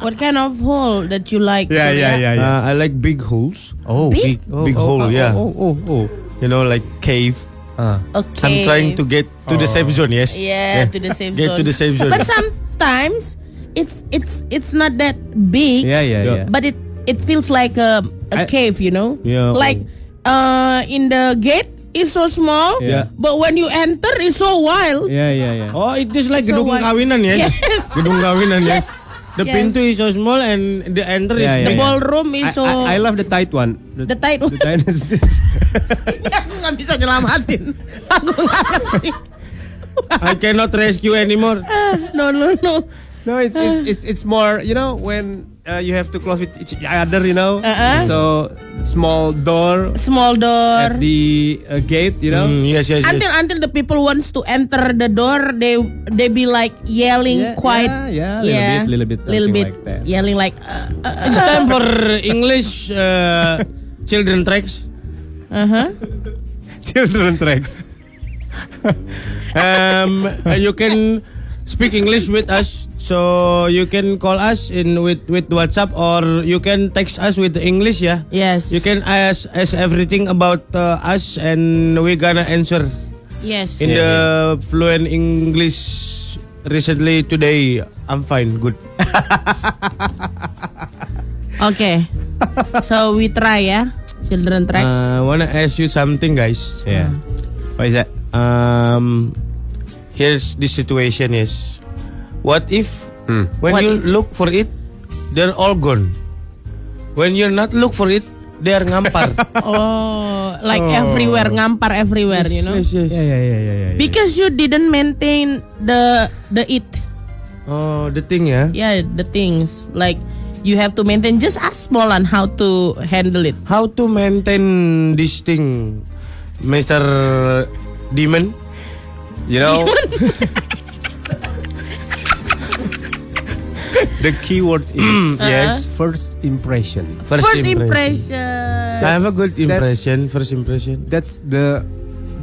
Speaker 3: What kind of hole that you like?
Speaker 4: Yeah, yeah,
Speaker 3: Surya?
Speaker 4: yeah, yeah.
Speaker 2: Uh, I like big holes.
Speaker 4: oh,
Speaker 3: big-
Speaker 2: Uh, big hole, yeah.
Speaker 4: Oh, oh, oh.
Speaker 2: You know, like cave.
Speaker 4: Ah.
Speaker 3: Okay.
Speaker 2: I'm trying to get to the safe zone. Yes.
Speaker 3: Yeah, to the safe zone.
Speaker 2: Get to the safe zone.
Speaker 3: But sometimes it's it's it's not that big.
Speaker 4: Yeah, yeah,
Speaker 2: Yeah.
Speaker 4: yeah.
Speaker 3: But it it feels like a, a
Speaker 4: I- oh.
Speaker 3: cave, you know.
Speaker 2: Yeah.
Speaker 3: Like uh, in the gate, it's so small,
Speaker 4: Yeah.
Speaker 3: but when you enter it's so wild.
Speaker 4: Iya, iya, iya.
Speaker 2: Oh, it is like
Speaker 3: So
Speaker 2: gedung
Speaker 3: what-
Speaker 2: kawinan yes.
Speaker 3: Yes.
Speaker 2: Gedung kawinan yes.
Speaker 3: Yes.
Speaker 2: The
Speaker 3: Yes.
Speaker 2: pintu is so small and the enter
Speaker 4: Yeah,
Speaker 2: is
Speaker 4: yeah,
Speaker 3: The
Speaker 4: yeah.
Speaker 3: ballroom is
Speaker 4: I,
Speaker 3: so
Speaker 4: I- I love the tight one. The,
Speaker 3: The tight one.
Speaker 4: The tight is
Speaker 3: aku nggak bisa nyelamatin. Aku nggak ngerti.
Speaker 2: I cannot rescue anymore.
Speaker 3: No no no.
Speaker 4: No, it's, it's it's it's more you know when uh, you have to close with each other you know.
Speaker 3: Uh-uh.
Speaker 4: So small door
Speaker 3: Small
Speaker 4: at
Speaker 3: door.
Speaker 4: the uh, gate you know.
Speaker 2: Hmm, yes, yes, yes.
Speaker 3: Until until the people wants to enter the door, they they be like yelling
Speaker 4: Yeah,
Speaker 3: quite
Speaker 4: yeah, yeah, little bit,
Speaker 3: little
Speaker 4: little bit, something
Speaker 3: bit
Speaker 4: like that.
Speaker 3: yelling like uh, uh,
Speaker 2: It's time for English uh, children tracks.
Speaker 3: uh-huh.
Speaker 4: Children tracks.
Speaker 2: Um, uh, you can speak English with us, so you can call us in with with WhatsApp or you can text us with English ya.
Speaker 3: yes
Speaker 2: You can ask, ask everything about uh, us and we gonna answer
Speaker 3: yes
Speaker 2: in the fluent English. Recently today, I'm fine, good.
Speaker 3: okay so we try ya children tracks
Speaker 2: I Uh, wanna ask you something, guys. Hmm.
Speaker 4: Yeah. What is that?
Speaker 2: Um, here's the situation is, what if
Speaker 4: Hmm.
Speaker 2: when
Speaker 3: What
Speaker 2: you look for it, they're all gone. When you're not look for it, they're ngampar.
Speaker 3: oh like everywhere ngampar everywhere you know
Speaker 2: Yes, yes, yes.
Speaker 4: yeah, yeah, yeah, yeah.
Speaker 3: because you didn't maintain the the it
Speaker 2: Oh, the thing ya.
Speaker 3: yeah the things like you have to maintain just ask Molan how to handle it
Speaker 2: How to maintain this thing, Mr. Demon?
Speaker 4: You know. the key word is
Speaker 2: Yes.
Speaker 4: first impression.
Speaker 2: First,
Speaker 3: impression.
Speaker 2: I have a good impression. First impression.
Speaker 4: That's the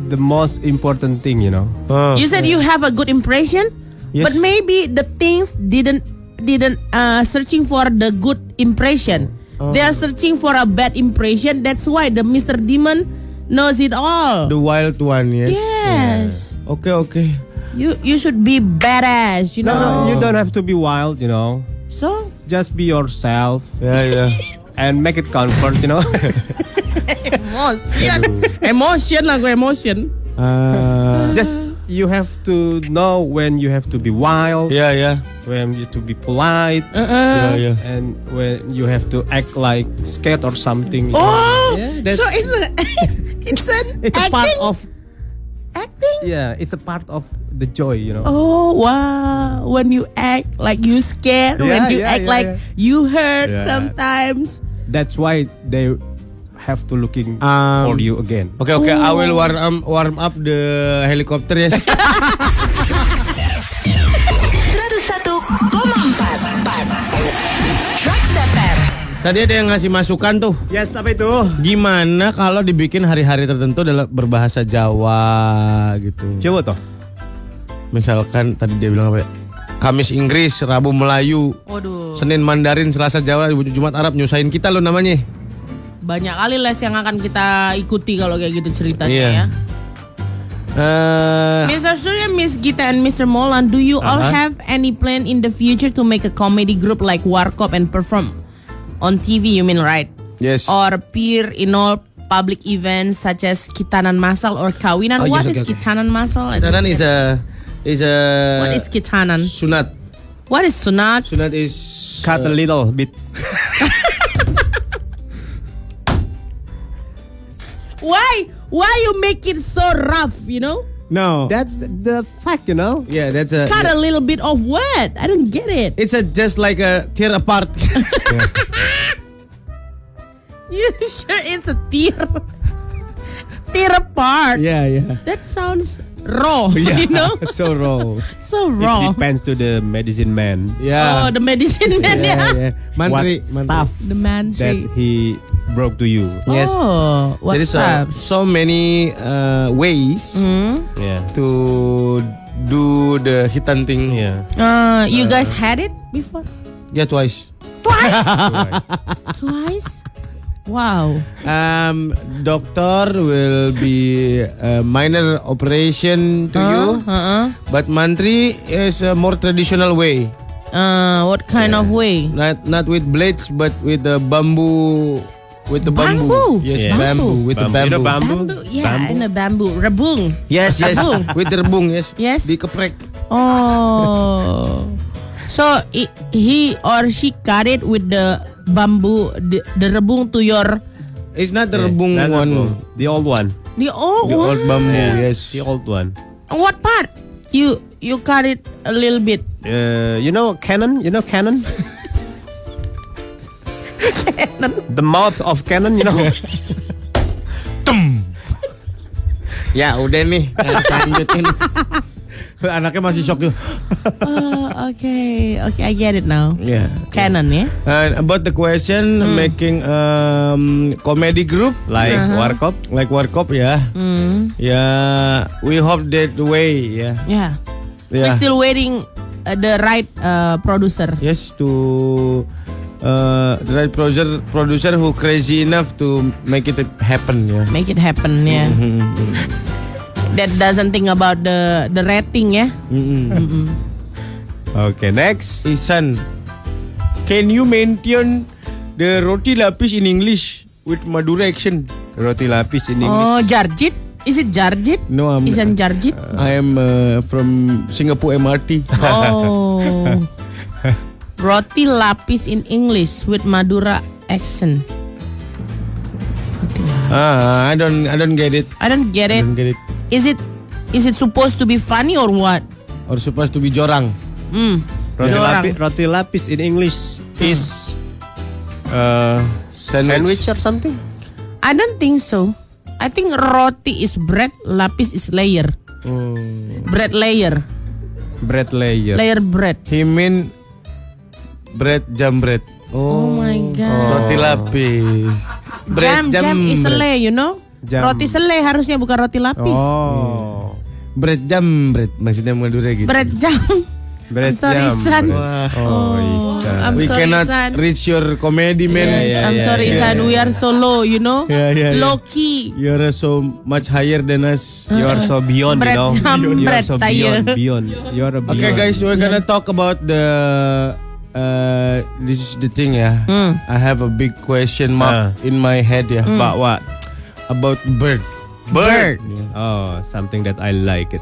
Speaker 4: the most important thing, you know.
Speaker 2: Oh.
Speaker 3: You said you have a good impression,
Speaker 2: Yes.
Speaker 3: but maybe the things didn't didn't uh, searching for the good impression.
Speaker 4: Oh.
Speaker 3: They are searching for a bad impression. That's why the Mr. Demon knows it all.
Speaker 2: the wild one, yes.
Speaker 3: yes.
Speaker 2: Okay, okay.
Speaker 3: You you should be badass, you
Speaker 4: No,
Speaker 3: know.
Speaker 4: no, you don't have to be wild, you know.
Speaker 3: So
Speaker 4: Just be yourself
Speaker 2: Yeah, yeah.
Speaker 4: and make it comfort, you know.
Speaker 3: emotion. emotion lah gue emotion.
Speaker 2: Ah,
Speaker 4: Just you have to know when you have to be wild,
Speaker 2: yeah, yeah.
Speaker 4: when you to be polite,
Speaker 3: Uh-uh.
Speaker 2: Yeah, yeah.
Speaker 4: and when you have to act like scared or something. you know.
Speaker 3: Oh,
Speaker 4: Yeah, that's-
Speaker 3: so it's a it's an
Speaker 4: It's a
Speaker 3: acting
Speaker 4: part of
Speaker 3: acting.
Speaker 4: yeah, it's a part of the joy, you know.
Speaker 3: Oh wow! When you act like you scared, when
Speaker 4: Yeah,
Speaker 3: you
Speaker 4: yeah,
Speaker 3: act
Speaker 4: yeah,
Speaker 3: like
Speaker 4: yeah.
Speaker 3: you hurt
Speaker 4: Yeah.
Speaker 3: sometimes.
Speaker 4: That's why they have to looking
Speaker 2: Um,
Speaker 4: for you again.
Speaker 2: Okay, okay. I will warm up, warm up the helicopter, yes.
Speaker 7: 101,4 Tracks FM
Speaker 2: Tadi ada yang ngasih masukan tuh.
Speaker 4: Yes, apa itu?
Speaker 2: Gimana kalau dibikin hari-hari tertentu dalam berbahasa Jawa gitu.
Speaker 4: Coba toh.
Speaker 2: Misalkan tadi dia bilang apa? ya? Kamis Inggris, Rabu Melayu,
Speaker 3: Waduh,
Speaker 2: Senin Mandarin, Selasa Jawa, Jumat Arab nyusahin kita lo namanya.
Speaker 3: banyak kali les yang akan kita ikuti kalau kayak gitu ceritanya
Speaker 2: Iya.
Speaker 3: ya.
Speaker 2: Eh,
Speaker 4: Ah.
Speaker 3: Mr. Surya, Miss Gita, and Mr. Molan, do you
Speaker 4: Uh-huh.
Speaker 3: all have any plan in the future to make a comedy group like Warkop and perform on TV? You mean right?
Speaker 2: yes.
Speaker 3: Or appear in all public events such as Kitanan Masal or Kawinan?
Speaker 2: Oh,
Speaker 3: What is
Speaker 2: yes, okay, okay.
Speaker 3: Kitanan Masal? I
Speaker 2: Kitanan
Speaker 3: don't
Speaker 2: is a is a
Speaker 3: get- What
Speaker 4: Uh,
Speaker 3: is Kitanan?
Speaker 2: sunat.
Speaker 3: What is sunat?
Speaker 2: Sunat is
Speaker 4: Cut a little bit.
Speaker 3: Why? Why you make it so rough? You know,
Speaker 2: no.
Speaker 4: That's the fact, you
Speaker 2: uh,
Speaker 4: know.
Speaker 2: yeah, that's a
Speaker 3: cut a little bit of what? I don't get it.
Speaker 2: It's a just like a tear apart.
Speaker 3: You sure it's a tear, tear apart?
Speaker 2: yeah, yeah.
Speaker 3: That sounds raw. You know,
Speaker 2: so raw.
Speaker 3: so
Speaker 4: It
Speaker 3: raw.
Speaker 4: depends to the medicine
Speaker 3: Oh,
Speaker 4: man.
Speaker 2: Yeah.
Speaker 3: the medicine man.
Speaker 2: yeah,
Speaker 3: Yeah,
Speaker 2: yeah.
Speaker 4: What
Speaker 2: Mantri,
Speaker 4: stuff
Speaker 3: The man
Speaker 4: that
Speaker 3: tree.
Speaker 4: he broke to you?
Speaker 2: Yes.
Speaker 3: Oh,
Speaker 2: There
Speaker 3: what's
Speaker 2: is
Speaker 3: up?
Speaker 2: uh,
Speaker 3: Hmm?
Speaker 2: so many uh, ways
Speaker 3: Mm.
Speaker 4: Yeah.
Speaker 2: to do the hitan thing.
Speaker 4: Yeah.
Speaker 3: Uh, you guys had it before?
Speaker 2: Yeah, twice.
Speaker 3: Twice? Twice? Wow.
Speaker 2: Um, doctor will be a minor operation to you,
Speaker 3: Uh-uh.
Speaker 2: but mantri is a more traditional way.
Speaker 3: Uh, what kind of way?
Speaker 2: Not not with blades, but with the bamboo with the bamboo.
Speaker 3: Bambu.
Speaker 2: Yes,
Speaker 4: Yeah.
Speaker 2: bamboo with the
Speaker 4: You
Speaker 2: bamboo.
Speaker 4: know bambu?
Speaker 3: Bambu, ya, in a bambu, rebung.
Speaker 2: Yes, yes.
Speaker 3: Bambu.
Speaker 2: with the rebung, yes.
Speaker 3: Yes.
Speaker 2: Dikeprek.
Speaker 3: Oh. So i- he or she cut it with the bambu the, the rebung to your
Speaker 2: It's not the
Speaker 4: Yeah,
Speaker 2: rebung
Speaker 4: that's
Speaker 2: one.
Speaker 4: rebung. The old one.
Speaker 3: the old,
Speaker 2: The old bamboo,
Speaker 4: Yeah,
Speaker 2: yes.
Speaker 4: The old one.
Speaker 3: What part? You you cut it a little bit.
Speaker 4: Uh, you know cannon? You know cannon? The mouth of cannon, you know.
Speaker 2: Ya udah nih, yang lanjutin. Anaknya masih shock tuh.
Speaker 3: Oh, okay, okay, I get it now.
Speaker 2: Ya.
Speaker 3: Canon ya.
Speaker 2: And about the question
Speaker 3: Hmm.
Speaker 2: making um, comedy group
Speaker 4: like
Speaker 3: Uh-huh.
Speaker 4: warkop.
Speaker 2: like Warkop ya.
Speaker 3: Hmm.
Speaker 2: Ya, we hope that way ya.
Speaker 3: Yeah. We're
Speaker 2: Ya.
Speaker 3: still waiting uh, the right uh, producer.
Speaker 2: Yes to uh, the right producer producer who crazy enough to make it happen ya.
Speaker 3: Make it happen ya.
Speaker 2: Mm-hmm,
Speaker 3: That doesn't think about the the rating ya.
Speaker 4: Okay, next.
Speaker 2: Isan, can you maintain the roti lapis in English with Madura action?
Speaker 4: Roti lapis in English.
Speaker 3: Oh, Jarjit. Is it Jarjit?
Speaker 2: No, I'm-
Speaker 3: Isan Jarjit.
Speaker 2: I am uh, from Singapore MRT.
Speaker 3: Oh. Roti lapis in English with Madura accent.
Speaker 2: ah, I don't I don't get it.
Speaker 3: I don't get
Speaker 2: I
Speaker 3: it.
Speaker 2: don't get it.
Speaker 3: Is it is it supposed to be funny or what?
Speaker 2: Or supposed to be jorang.
Speaker 3: Hmm.
Speaker 4: Roti,
Speaker 3: Jorang.
Speaker 4: lapi- roti lapis in English is uh,
Speaker 2: Sandwich.
Speaker 4: sandwich or something.
Speaker 3: I don't think so. I think roti is bread, lapis is layer.
Speaker 4: Oh.
Speaker 3: Bread layer,
Speaker 4: Bread layer.
Speaker 3: layer bread.
Speaker 2: He mean bread jam bread.
Speaker 3: Oh, my god.
Speaker 2: Roti lapis.
Speaker 3: Jam, jam is
Speaker 2: bread.
Speaker 3: selai, you know?
Speaker 4: Jam.
Speaker 3: Roti selai harusnya bukan roti lapis.
Speaker 4: Oh.
Speaker 2: Bread jam bread maksudnya Madura gitu.
Speaker 3: Bread jam. I'm
Speaker 4: Bread
Speaker 3: sorry,
Speaker 4: jam.
Speaker 3: San.
Speaker 4: Bread. Oh, Isan.
Speaker 3: I'm
Speaker 2: We
Speaker 3: sorry,
Speaker 2: cannot
Speaker 3: San.
Speaker 2: reach your comedy man.
Speaker 3: Yes,
Speaker 4: yeah,
Speaker 3: I'm
Speaker 4: yeah,
Speaker 3: sorry,
Speaker 4: yeah,
Speaker 3: San.
Speaker 4: yeah.
Speaker 3: We are so low, you know?
Speaker 2: Yeah, yeah, yeah.
Speaker 3: low key.
Speaker 2: You're so much higher than us.
Speaker 4: You are so beyond,
Speaker 3: Bread
Speaker 4: you know.
Speaker 3: jam,
Speaker 4: you are
Speaker 3: bread
Speaker 4: so
Speaker 3: layer.
Speaker 4: beyond, beyond. You are a beyond.
Speaker 2: Okay guys, we're gonna talk about the uh, this is the thing ya.
Speaker 3: Hmm.
Speaker 2: I have a big question mark in my head ya
Speaker 4: But what?
Speaker 2: about bird.
Speaker 4: Bird. Oh, something that I like it.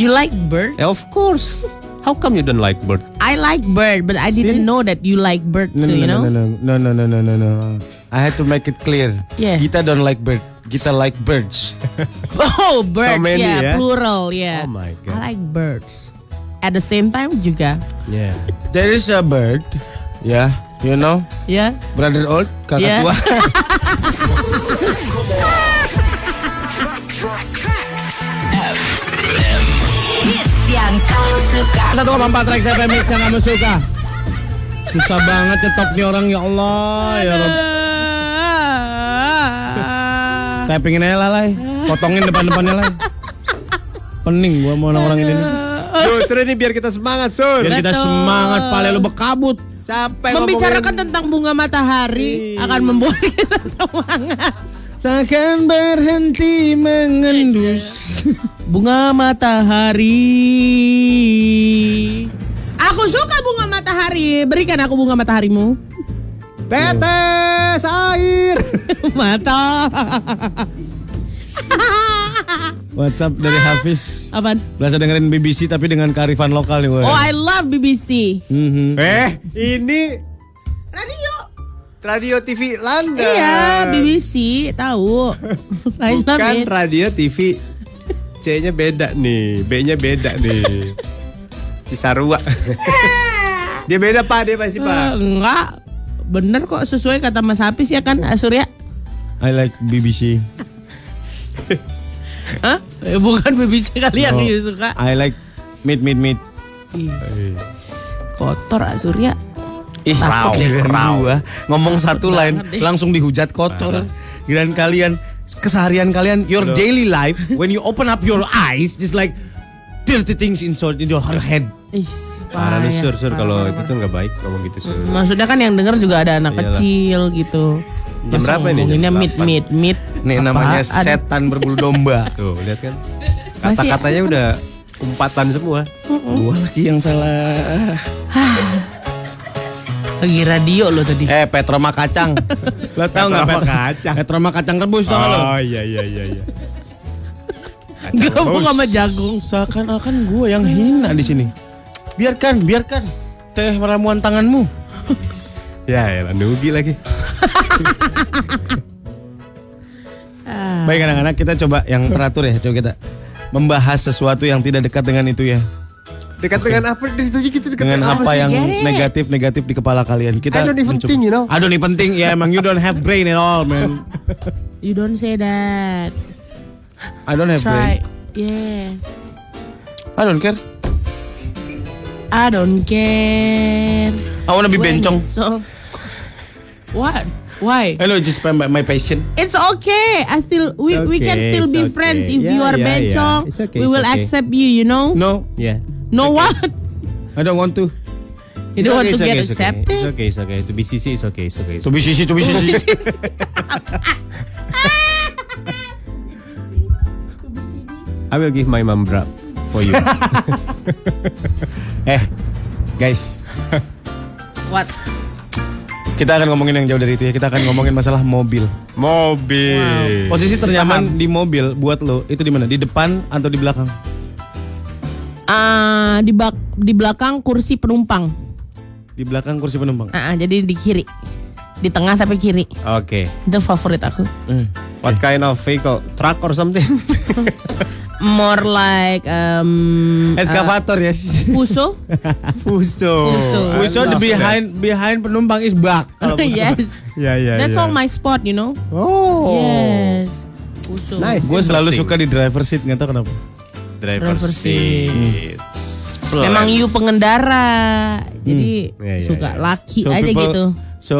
Speaker 3: You like bird?
Speaker 4: Eh, Of course. How come you don't like bird?
Speaker 3: I like bird, but I didn't
Speaker 2: See?
Speaker 3: know that you like bird
Speaker 2: No,
Speaker 3: too, you know?
Speaker 2: no, no, no, no, no, no, no, no, no. I had to make it clear.
Speaker 3: Yeah.
Speaker 2: Gita don't like bird. Gita like birds.
Speaker 3: Oh, birds,
Speaker 4: many,
Speaker 3: yeah,
Speaker 4: ya?
Speaker 3: plural, yeah.
Speaker 4: Oh my
Speaker 3: I
Speaker 4: God.
Speaker 3: like birds. At the same time juga,
Speaker 4: Yeah.
Speaker 2: There is a bird, yeah, you know,
Speaker 3: ya.
Speaker 2: brother old, kakak
Speaker 3: Yeah.
Speaker 2: tua.
Speaker 7: Hits yang kau suka.
Speaker 2: Satu koma empat track saya mix yang kamu suka. Susah banget ngetop nih orang ya Allah ya Rob. Tappingin aja lah, Lai. potongin depan-depannya lah. Pening gua mau orang-orang ini. nih.
Speaker 4: Sur, sur ini biar kita semangat, sur.
Speaker 2: Biar kita
Speaker 3: Betul.
Speaker 2: semangat, pale lu bekabut. Capek
Speaker 3: Membicarakan tentang bunga matahari akan membuat kita semangat.
Speaker 2: Takkan berhenti mengendus.
Speaker 3: Bunga matahari. Aku suka bunga matahari. Berikan aku bunga mataharimu.
Speaker 2: Tetes air.
Speaker 3: Mata.
Speaker 2: WhatsApp dari Hafiz.
Speaker 3: Apaan?
Speaker 2: Berasa dengerin BBC tapi dengan kearifan lokal nih, woy.
Speaker 3: Oh, I love BBC.
Speaker 2: Mhm.
Speaker 4: Eh, ini
Speaker 3: Radio.
Speaker 4: radio TV London.
Speaker 3: Iya, BBC tahu. I love
Speaker 4: Bukan
Speaker 3: it.
Speaker 4: radio TV. C-nya beda nih, B-nya beda nih. Cisarua. dia beda Pak, dia
Speaker 3: Eh,
Speaker 4: pasti Pak.
Speaker 3: enggak. Bener kok sesuai kata Mas Hafiz ya kan, Surya?
Speaker 2: I like BBC.
Speaker 3: Hah? Eh, Bukan BBC kalian
Speaker 4: Oh.
Speaker 2: No.
Speaker 3: yang Iya, suka.
Speaker 2: I like meat meat meat.
Speaker 3: Ih, Kotor ah, Surya.
Speaker 2: Ih,
Speaker 3: Takut
Speaker 2: raw, raw. Ngomong satu lain langsung dihujat kotor. Giliran kalian keseharian kalian your daily life when you open up your eyes just like dirty things inside your head.
Speaker 3: Ih,
Speaker 4: Parah lu
Speaker 3: parah.
Speaker 4: sur, sur kalau itu tuh nggak baik ngomong gitu sur.
Speaker 3: Maksudnya kan yang denger juga ada anak
Speaker 4: Iyalah.
Speaker 3: kecil gitu.
Speaker 4: Jam berapa ini? Jam
Speaker 3: Ngomonginnya meet
Speaker 4: delapan.
Speaker 3: meet meet.
Speaker 2: Nih namanya setan berbulu domba.
Speaker 4: Tuh, lihat kan.
Speaker 3: Masih-
Speaker 4: Kata-katanya udah umpatan semua.
Speaker 2: Gua lagi yang salah.
Speaker 3: Lagi radio lo tadi.
Speaker 2: Eh, Petroma kacang. Lo tau Oh, nggak
Speaker 4: Petroma
Speaker 2: Petroma
Speaker 4: kacang.
Speaker 2: kacang? Petroma kacang rebus tau nggak lo?
Speaker 4: Oh iya iya iya iya.
Speaker 3: Gabung sama jagung.
Speaker 2: Seakan-akan gue yang hina di sini. Biarkan, biarkan. Teh meramuan tanganmu.
Speaker 4: Ya elah nugi lagi.
Speaker 2: Baik anak-anak kita coba yang teratur ya, coba kita membahas sesuatu yang tidak dekat dengan itu ya.
Speaker 4: Dekat dengan apa dari tadi kita gitu, dekat
Speaker 2: Dengan apa yang
Speaker 6: Get it.
Speaker 2: negatif-negatif di kepala kalian. Kita
Speaker 4: I don't even
Speaker 2: mencoba-
Speaker 4: think, you know.
Speaker 2: I don't even think, ya emang you don't have brain at all, man.
Speaker 3: You don't say that.
Speaker 2: I
Speaker 4: Eh,
Speaker 2: don't have
Speaker 3: Try.
Speaker 2: brain.
Speaker 3: Yeah.
Speaker 2: I don't care.
Speaker 3: I don't care.
Speaker 2: I wanna be bencong.
Speaker 3: So, what? Why?
Speaker 2: Hello, just my, my passion.
Speaker 3: It's okay. I still we
Speaker 4: It's
Speaker 3: we can
Speaker 4: okay,
Speaker 3: still
Speaker 4: it's
Speaker 3: be
Speaker 4: okay.
Speaker 3: friends if
Speaker 4: Yeah,
Speaker 3: you are
Speaker 4: yeah, yeah.
Speaker 3: bencong.
Speaker 4: It's okay,
Speaker 3: we
Speaker 4: it's
Speaker 3: will
Speaker 4: okay.
Speaker 3: accept you. You know.
Speaker 2: No,
Speaker 4: Ya.
Speaker 3: No what?
Speaker 2: I don't want to.
Speaker 3: You don't want to
Speaker 4: It's okay,
Speaker 3: get
Speaker 4: it's okay.
Speaker 3: accepted.
Speaker 4: It's okay, it's okay. To be sisi, it's okay, it's okay.
Speaker 2: To be sisi, to be sisi.
Speaker 4: I will give my mom drop for you.
Speaker 2: eh, guys,
Speaker 3: What?
Speaker 2: kita akan ngomongin yang jauh dari itu ya. Kita akan ngomongin masalah mobil.
Speaker 4: Mobil.
Speaker 2: Posisi ternyaman di mobil buat lo itu di mana? Di depan atau di belakang?
Speaker 3: Ah, di bak di belakang kursi penumpang.
Speaker 2: Di belakang kursi penumpang.
Speaker 3: Ah, ah, jadi di kiri. Di tengah tapi kiri.
Speaker 4: Oke.
Speaker 3: Itu favorit aku.
Speaker 2: Eh.
Speaker 4: What kind of vehicle? Truck or something?
Speaker 3: More like um
Speaker 2: Eskavator ya. Yes.
Speaker 3: Fuso.
Speaker 4: Fuso.
Speaker 3: Fuso.
Speaker 2: We saw the behind behind penumpang is back.
Speaker 3: ya? yes.
Speaker 4: Ya ya.
Speaker 3: That's
Speaker 4: ya.
Speaker 3: all my spot, you know.
Speaker 4: Oh.
Speaker 3: Yes. Fuso.
Speaker 4: Nice.
Speaker 2: Gue selalu suka di driver seat nggak tahu kenapa.
Speaker 4: driver,
Speaker 3: Driver
Speaker 4: seat.
Speaker 3: Emang you pengendara. Jadi
Speaker 4: Ya, ya,
Speaker 3: suka
Speaker 4: ya.
Speaker 3: laki aja gitu.
Speaker 2: So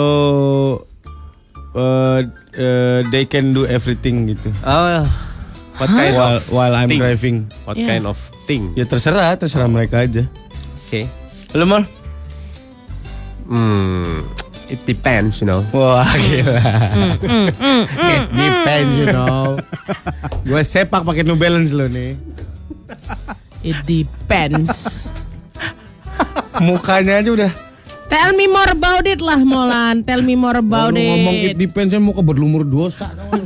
Speaker 2: uh, uh, they can do everything gitu.
Speaker 4: Oh. What kind
Speaker 2: While
Speaker 4: of
Speaker 2: while I'm
Speaker 4: thing?
Speaker 2: driving.
Speaker 4: What
Speaker 3: Yeah.
Speaker 4: kind of thing?
Speaker 2: Ya terserah, terserah mereka aja.
Speaker 4: Okay.
Speaker 2: Lo mal?
Speaker 4: Hmm. It depends, you know.
Speaker 2: Wah gila. hmm,
Speaker 4: It depends, you know.
Speaker 2: Gue sepak pakai New Balance lo nih.
Speaker 3: It depends.
Speaker 2: Mukanya aja udah.
Speaker 3: Tell me more about it lah Molan. Tell me more about
Speaker 2: Kalau
Speaker 3: it.
Speaker 2: ngomong gitu, it depends mau ke berlumur dosa. tau lu.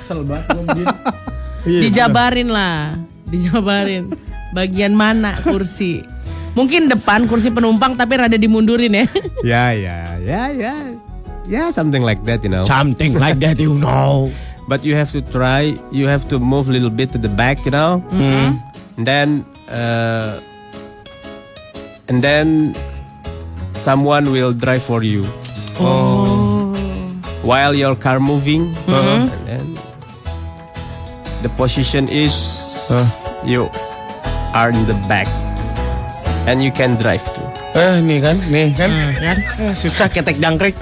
Speaker 2: Kesel banget gua sama dia.
Speaker 3: Dijabarin lah. Dijabarin. Bagian mana kursi? Mungkin depan kursi penumpang tapi rada dimundurin ya.
Speaker 4: yeah, yeah, yeah, yeah. Yeah, something like that, you know.
Speaker 2: Something like that you know.
Speaker 4: But you have to try. You have to move a little bit to the back, you know. And then, uh, and then, someone will drive for you. While your car moving, and then the position is you are in the back, and you can drive too.
Speaker 2: Eh nih kan, nih kan.
Speaker 3: kan?
Speaker 2: Eh, susah ketek jangkrik.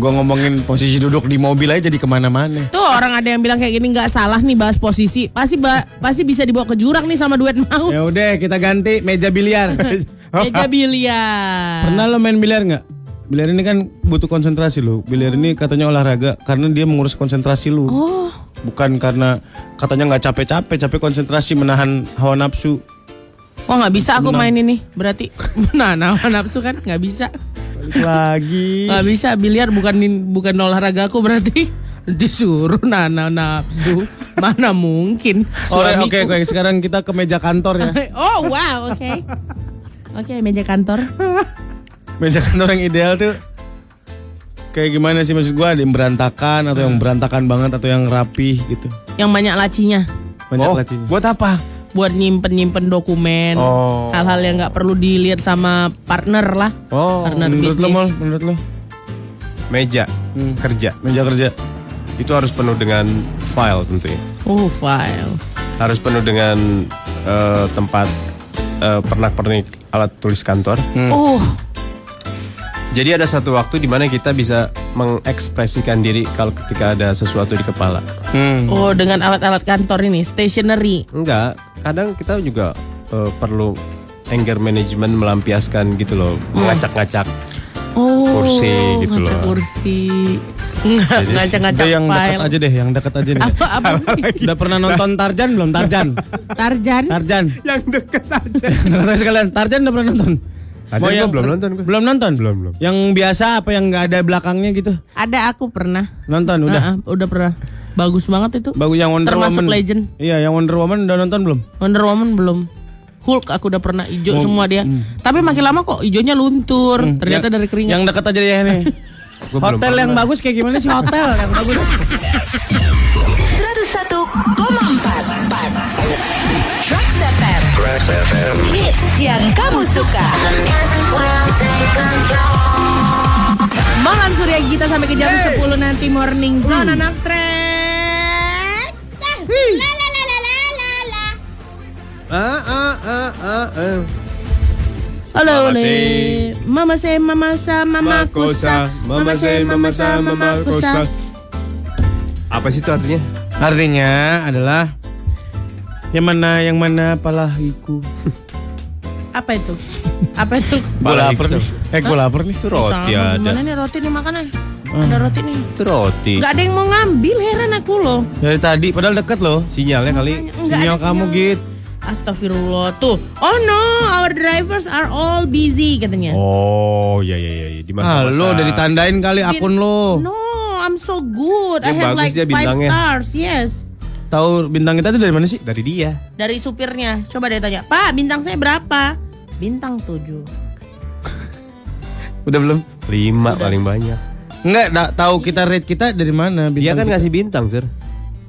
Speaker 2: Gua ngomongin posisi duduk di mobil aja jadi kemana-mana.
Speaker 3: Tuh orang ada yang bilang kayak gini nggak salah nih bahas posisi. Pasti ba- pasti bisa dibawa ke jurang nih sama duet mau.
Speaker 2: Ya udah kita ganti meja biliar.
Speaker 3: Meja biliar.
Speaker 2: Pernah lo main biliar nggak? Biliar ini kan butuh konsentrasi lo. Biliar ini katanya olahraga karena dia mengurus konsentrasi lo.
Speaker 3: Oh.
Speaker 2: Bukan karena katanya nggak capek-capek, capek konsentrasi menahan hawa nafsu.
Speaker 3: Wah nggak bisa aku main ini. Berarti nah nah nafsu kan nggak bisa.
Speaker 2: Lagi.
Speaker 3: Nggak bisa biliar bukan bukan olahraga aku berarti disuruh nana nafsu mana mungkin
Speaker 2: Oh, Oke,
Speaker 3: suamiku.
Speaker 2: oke, oke. sekarang kita ke meja kantor ya.
Speaker 3: oh wow oke oke meja kantor
Speaker 2: Meja kantor yang ideal tuh kayak gimana sih maksud gua? Ada yang berantakan
Speaker 3: Ah.
Speaker 2: atau yang berantakan banget atau yang rapih gitu.
Speaker 3: yang banyak lacinya
Speaker 2: Banyak
Speaker 4: Oh,
Speaker 2: lacinya.
Speaker 4: buat apa?
Speaker 3: buat nyimpen nyimpen dokumen
Speaker 4: Oh.
Speaker 3: hal-hal yang nggak perlu dilihat sama partner lah
Speaker 4: Oh,
Speaker 3: partner
Speaker 2: menurut lo, Mol,
Speaker 3: bisnis
Speaker 2: menurut lo
Speaker 4: Meja Hmm. kerja
Speaker 2: meja kerja.
Speaker 4: itu harus penuh dengan file tentunya.
Speaker 3: oh file
Speaker 4: harus penuh dengan eh, tempat eh, pernak-pernik alat tulis kantor.
Speaker 3: oh
Speaker 4: Jadi ada satu waktu di mana kita bisa mengekspresikan diri kalau ketika ada sesuatu di kepala.
Speaker 3: oh dengan alat-alat kantor ini stationery
Speaker 4: Enggak, kadang kita juga eh, perlu anger management melampiaskan gitu loh, mengacak-ngacak.
Speaker 3: oh
Speaker 4: Kursi gitu
Speaker 3: ngacak
Speaker 4: loh.
Speaker 3: kursi nggak
Speaker 4: Jadi,
Speaker 3: ngacak-ngacak
Speaker 2: Udah yang dekat
Speaker 3: file
Speaker 2: aja deh, yang dekat aja nih.
Speaker 3: apa apa
Speaker 2: Udah pernah nonton Tarjan belum? Tarjan.
Speaker 3: Tarjan
Speaker 2: Tarjan.
Speaker 4: Yang deket aja.
Speaker 2: Kata sekalian, Tarjan udah pernah nonton?
Speaker 4: Tadi gua belum nonton gua.
Speaker 2: Belum nonton?
Speaker 4: Belum, belum.
Speaker 2: Yang biasa apa yang nggak ada belakangnya gitu?
Speaker 3: Ada aku pernah.
Speaker 2: Nonton udah.
Speaker 3: Ah, ah, udah pernah. Bagus banget itu.
Speaker 2: Bagus yang Wonder
Speaker 3: Termasuk
Speaker 2: Woman.
Speaker 3: legend.
Speaker 2: Iya, yang Wonder Woman udah nonton belum?
Speaker 3: Wonder Woman belum. Hulk aku udah pernah ijo semua dia. Tapi makin lama kok ijonya luntur. Ternyata
Speaker 2: Hmm, Yang-
Speaker 3: dari keringat.
Speaker 2: Yang dekat aja ya ini.
Speaker 4: Gua belum
Speaker 2: hotel yang
Speaker 4: pernah.
Speaker 2: bagus kayak gimana sih hotel yang bagus?
Speaker 7: 101,4 Tracks FM Hits yang kamu suka
Speaker 3: Malam Surya Gita sampai ke jam 10 nanti morning zone anak trek.
Speaker 4: Ah, ah, ah, ah, ah.
Speaker 3: Halo,
Speaker 4: Mama say.
Speaker 3: le. Mama say, mama sa, mama kusa. Mama say, mama sa, mama kusa.
Speaker 4: Apa sih itu artinya?
Speaker 2: Artinya adalah yang mana yang mana palahiku.
Speaker 3: Apa itu? Apa itu?
Speaker 2: Gue
Speaker 4: Palahiku
Speaker 2: lapar nih.
Speaker 4: tuh.
Speaker 2: Eh gue lapar nih. Itu
Speaker 4: gitu. Roti
Speaker 3: Salah,
Speaker 4: ada.
Speaker 3: Mana nih roti nih makanan? Ada roti nih.
Speaker 4: Itu roti.
Speaker 3: Gak ada yang mau ngambil, heran aku loh.
Speaker 2: Dari tadi padahal deket loh.
Speaker 4: Sinyalnya kali.
Speaker 3: Enggak
Speaker 2: Sinyal
Speaker 3: ada
Speaker 2: kamu
Speaker 3: sinyal.
Speaker 2: git.
Speaker 3: Astagfirullah tuh. Oh no, our drivers are all busy katanya.
Speaker 4: Oh, ya ya ya. ya. Di
Speaker 2: Ah,
Speaker 4: masa-masa-
Speaker 2: lo udah ditandain kali akun lo.
Speaker 3: No, I'm so good. I
Speaker 4: Oh. Yang
Speaker 3: have
Speaker 4: bagus
Speaker 3: like
Speaker 4: dia
Speaker 3: five
Speaker 4: bintangnya.
Speaker 3: stars. Yes.
Speaker 2: Tahu bintang kita itu dari mana sih?
Speaker 4: dari dia.
Speaker 3: Dari supirnya. Coba dia tanya, "Pak, bintang saya berapa?" Bintang 7.
Speaker 2: Udah belum?
Speaker 4: Lima paling banyak.
Speaker 2: Enggak, da, tahu kita rate kita dari mana? Bintang
Speaker 4: Dia kan
Speaker 2: kita.
Speaker 4: ngasih bintang, Sir.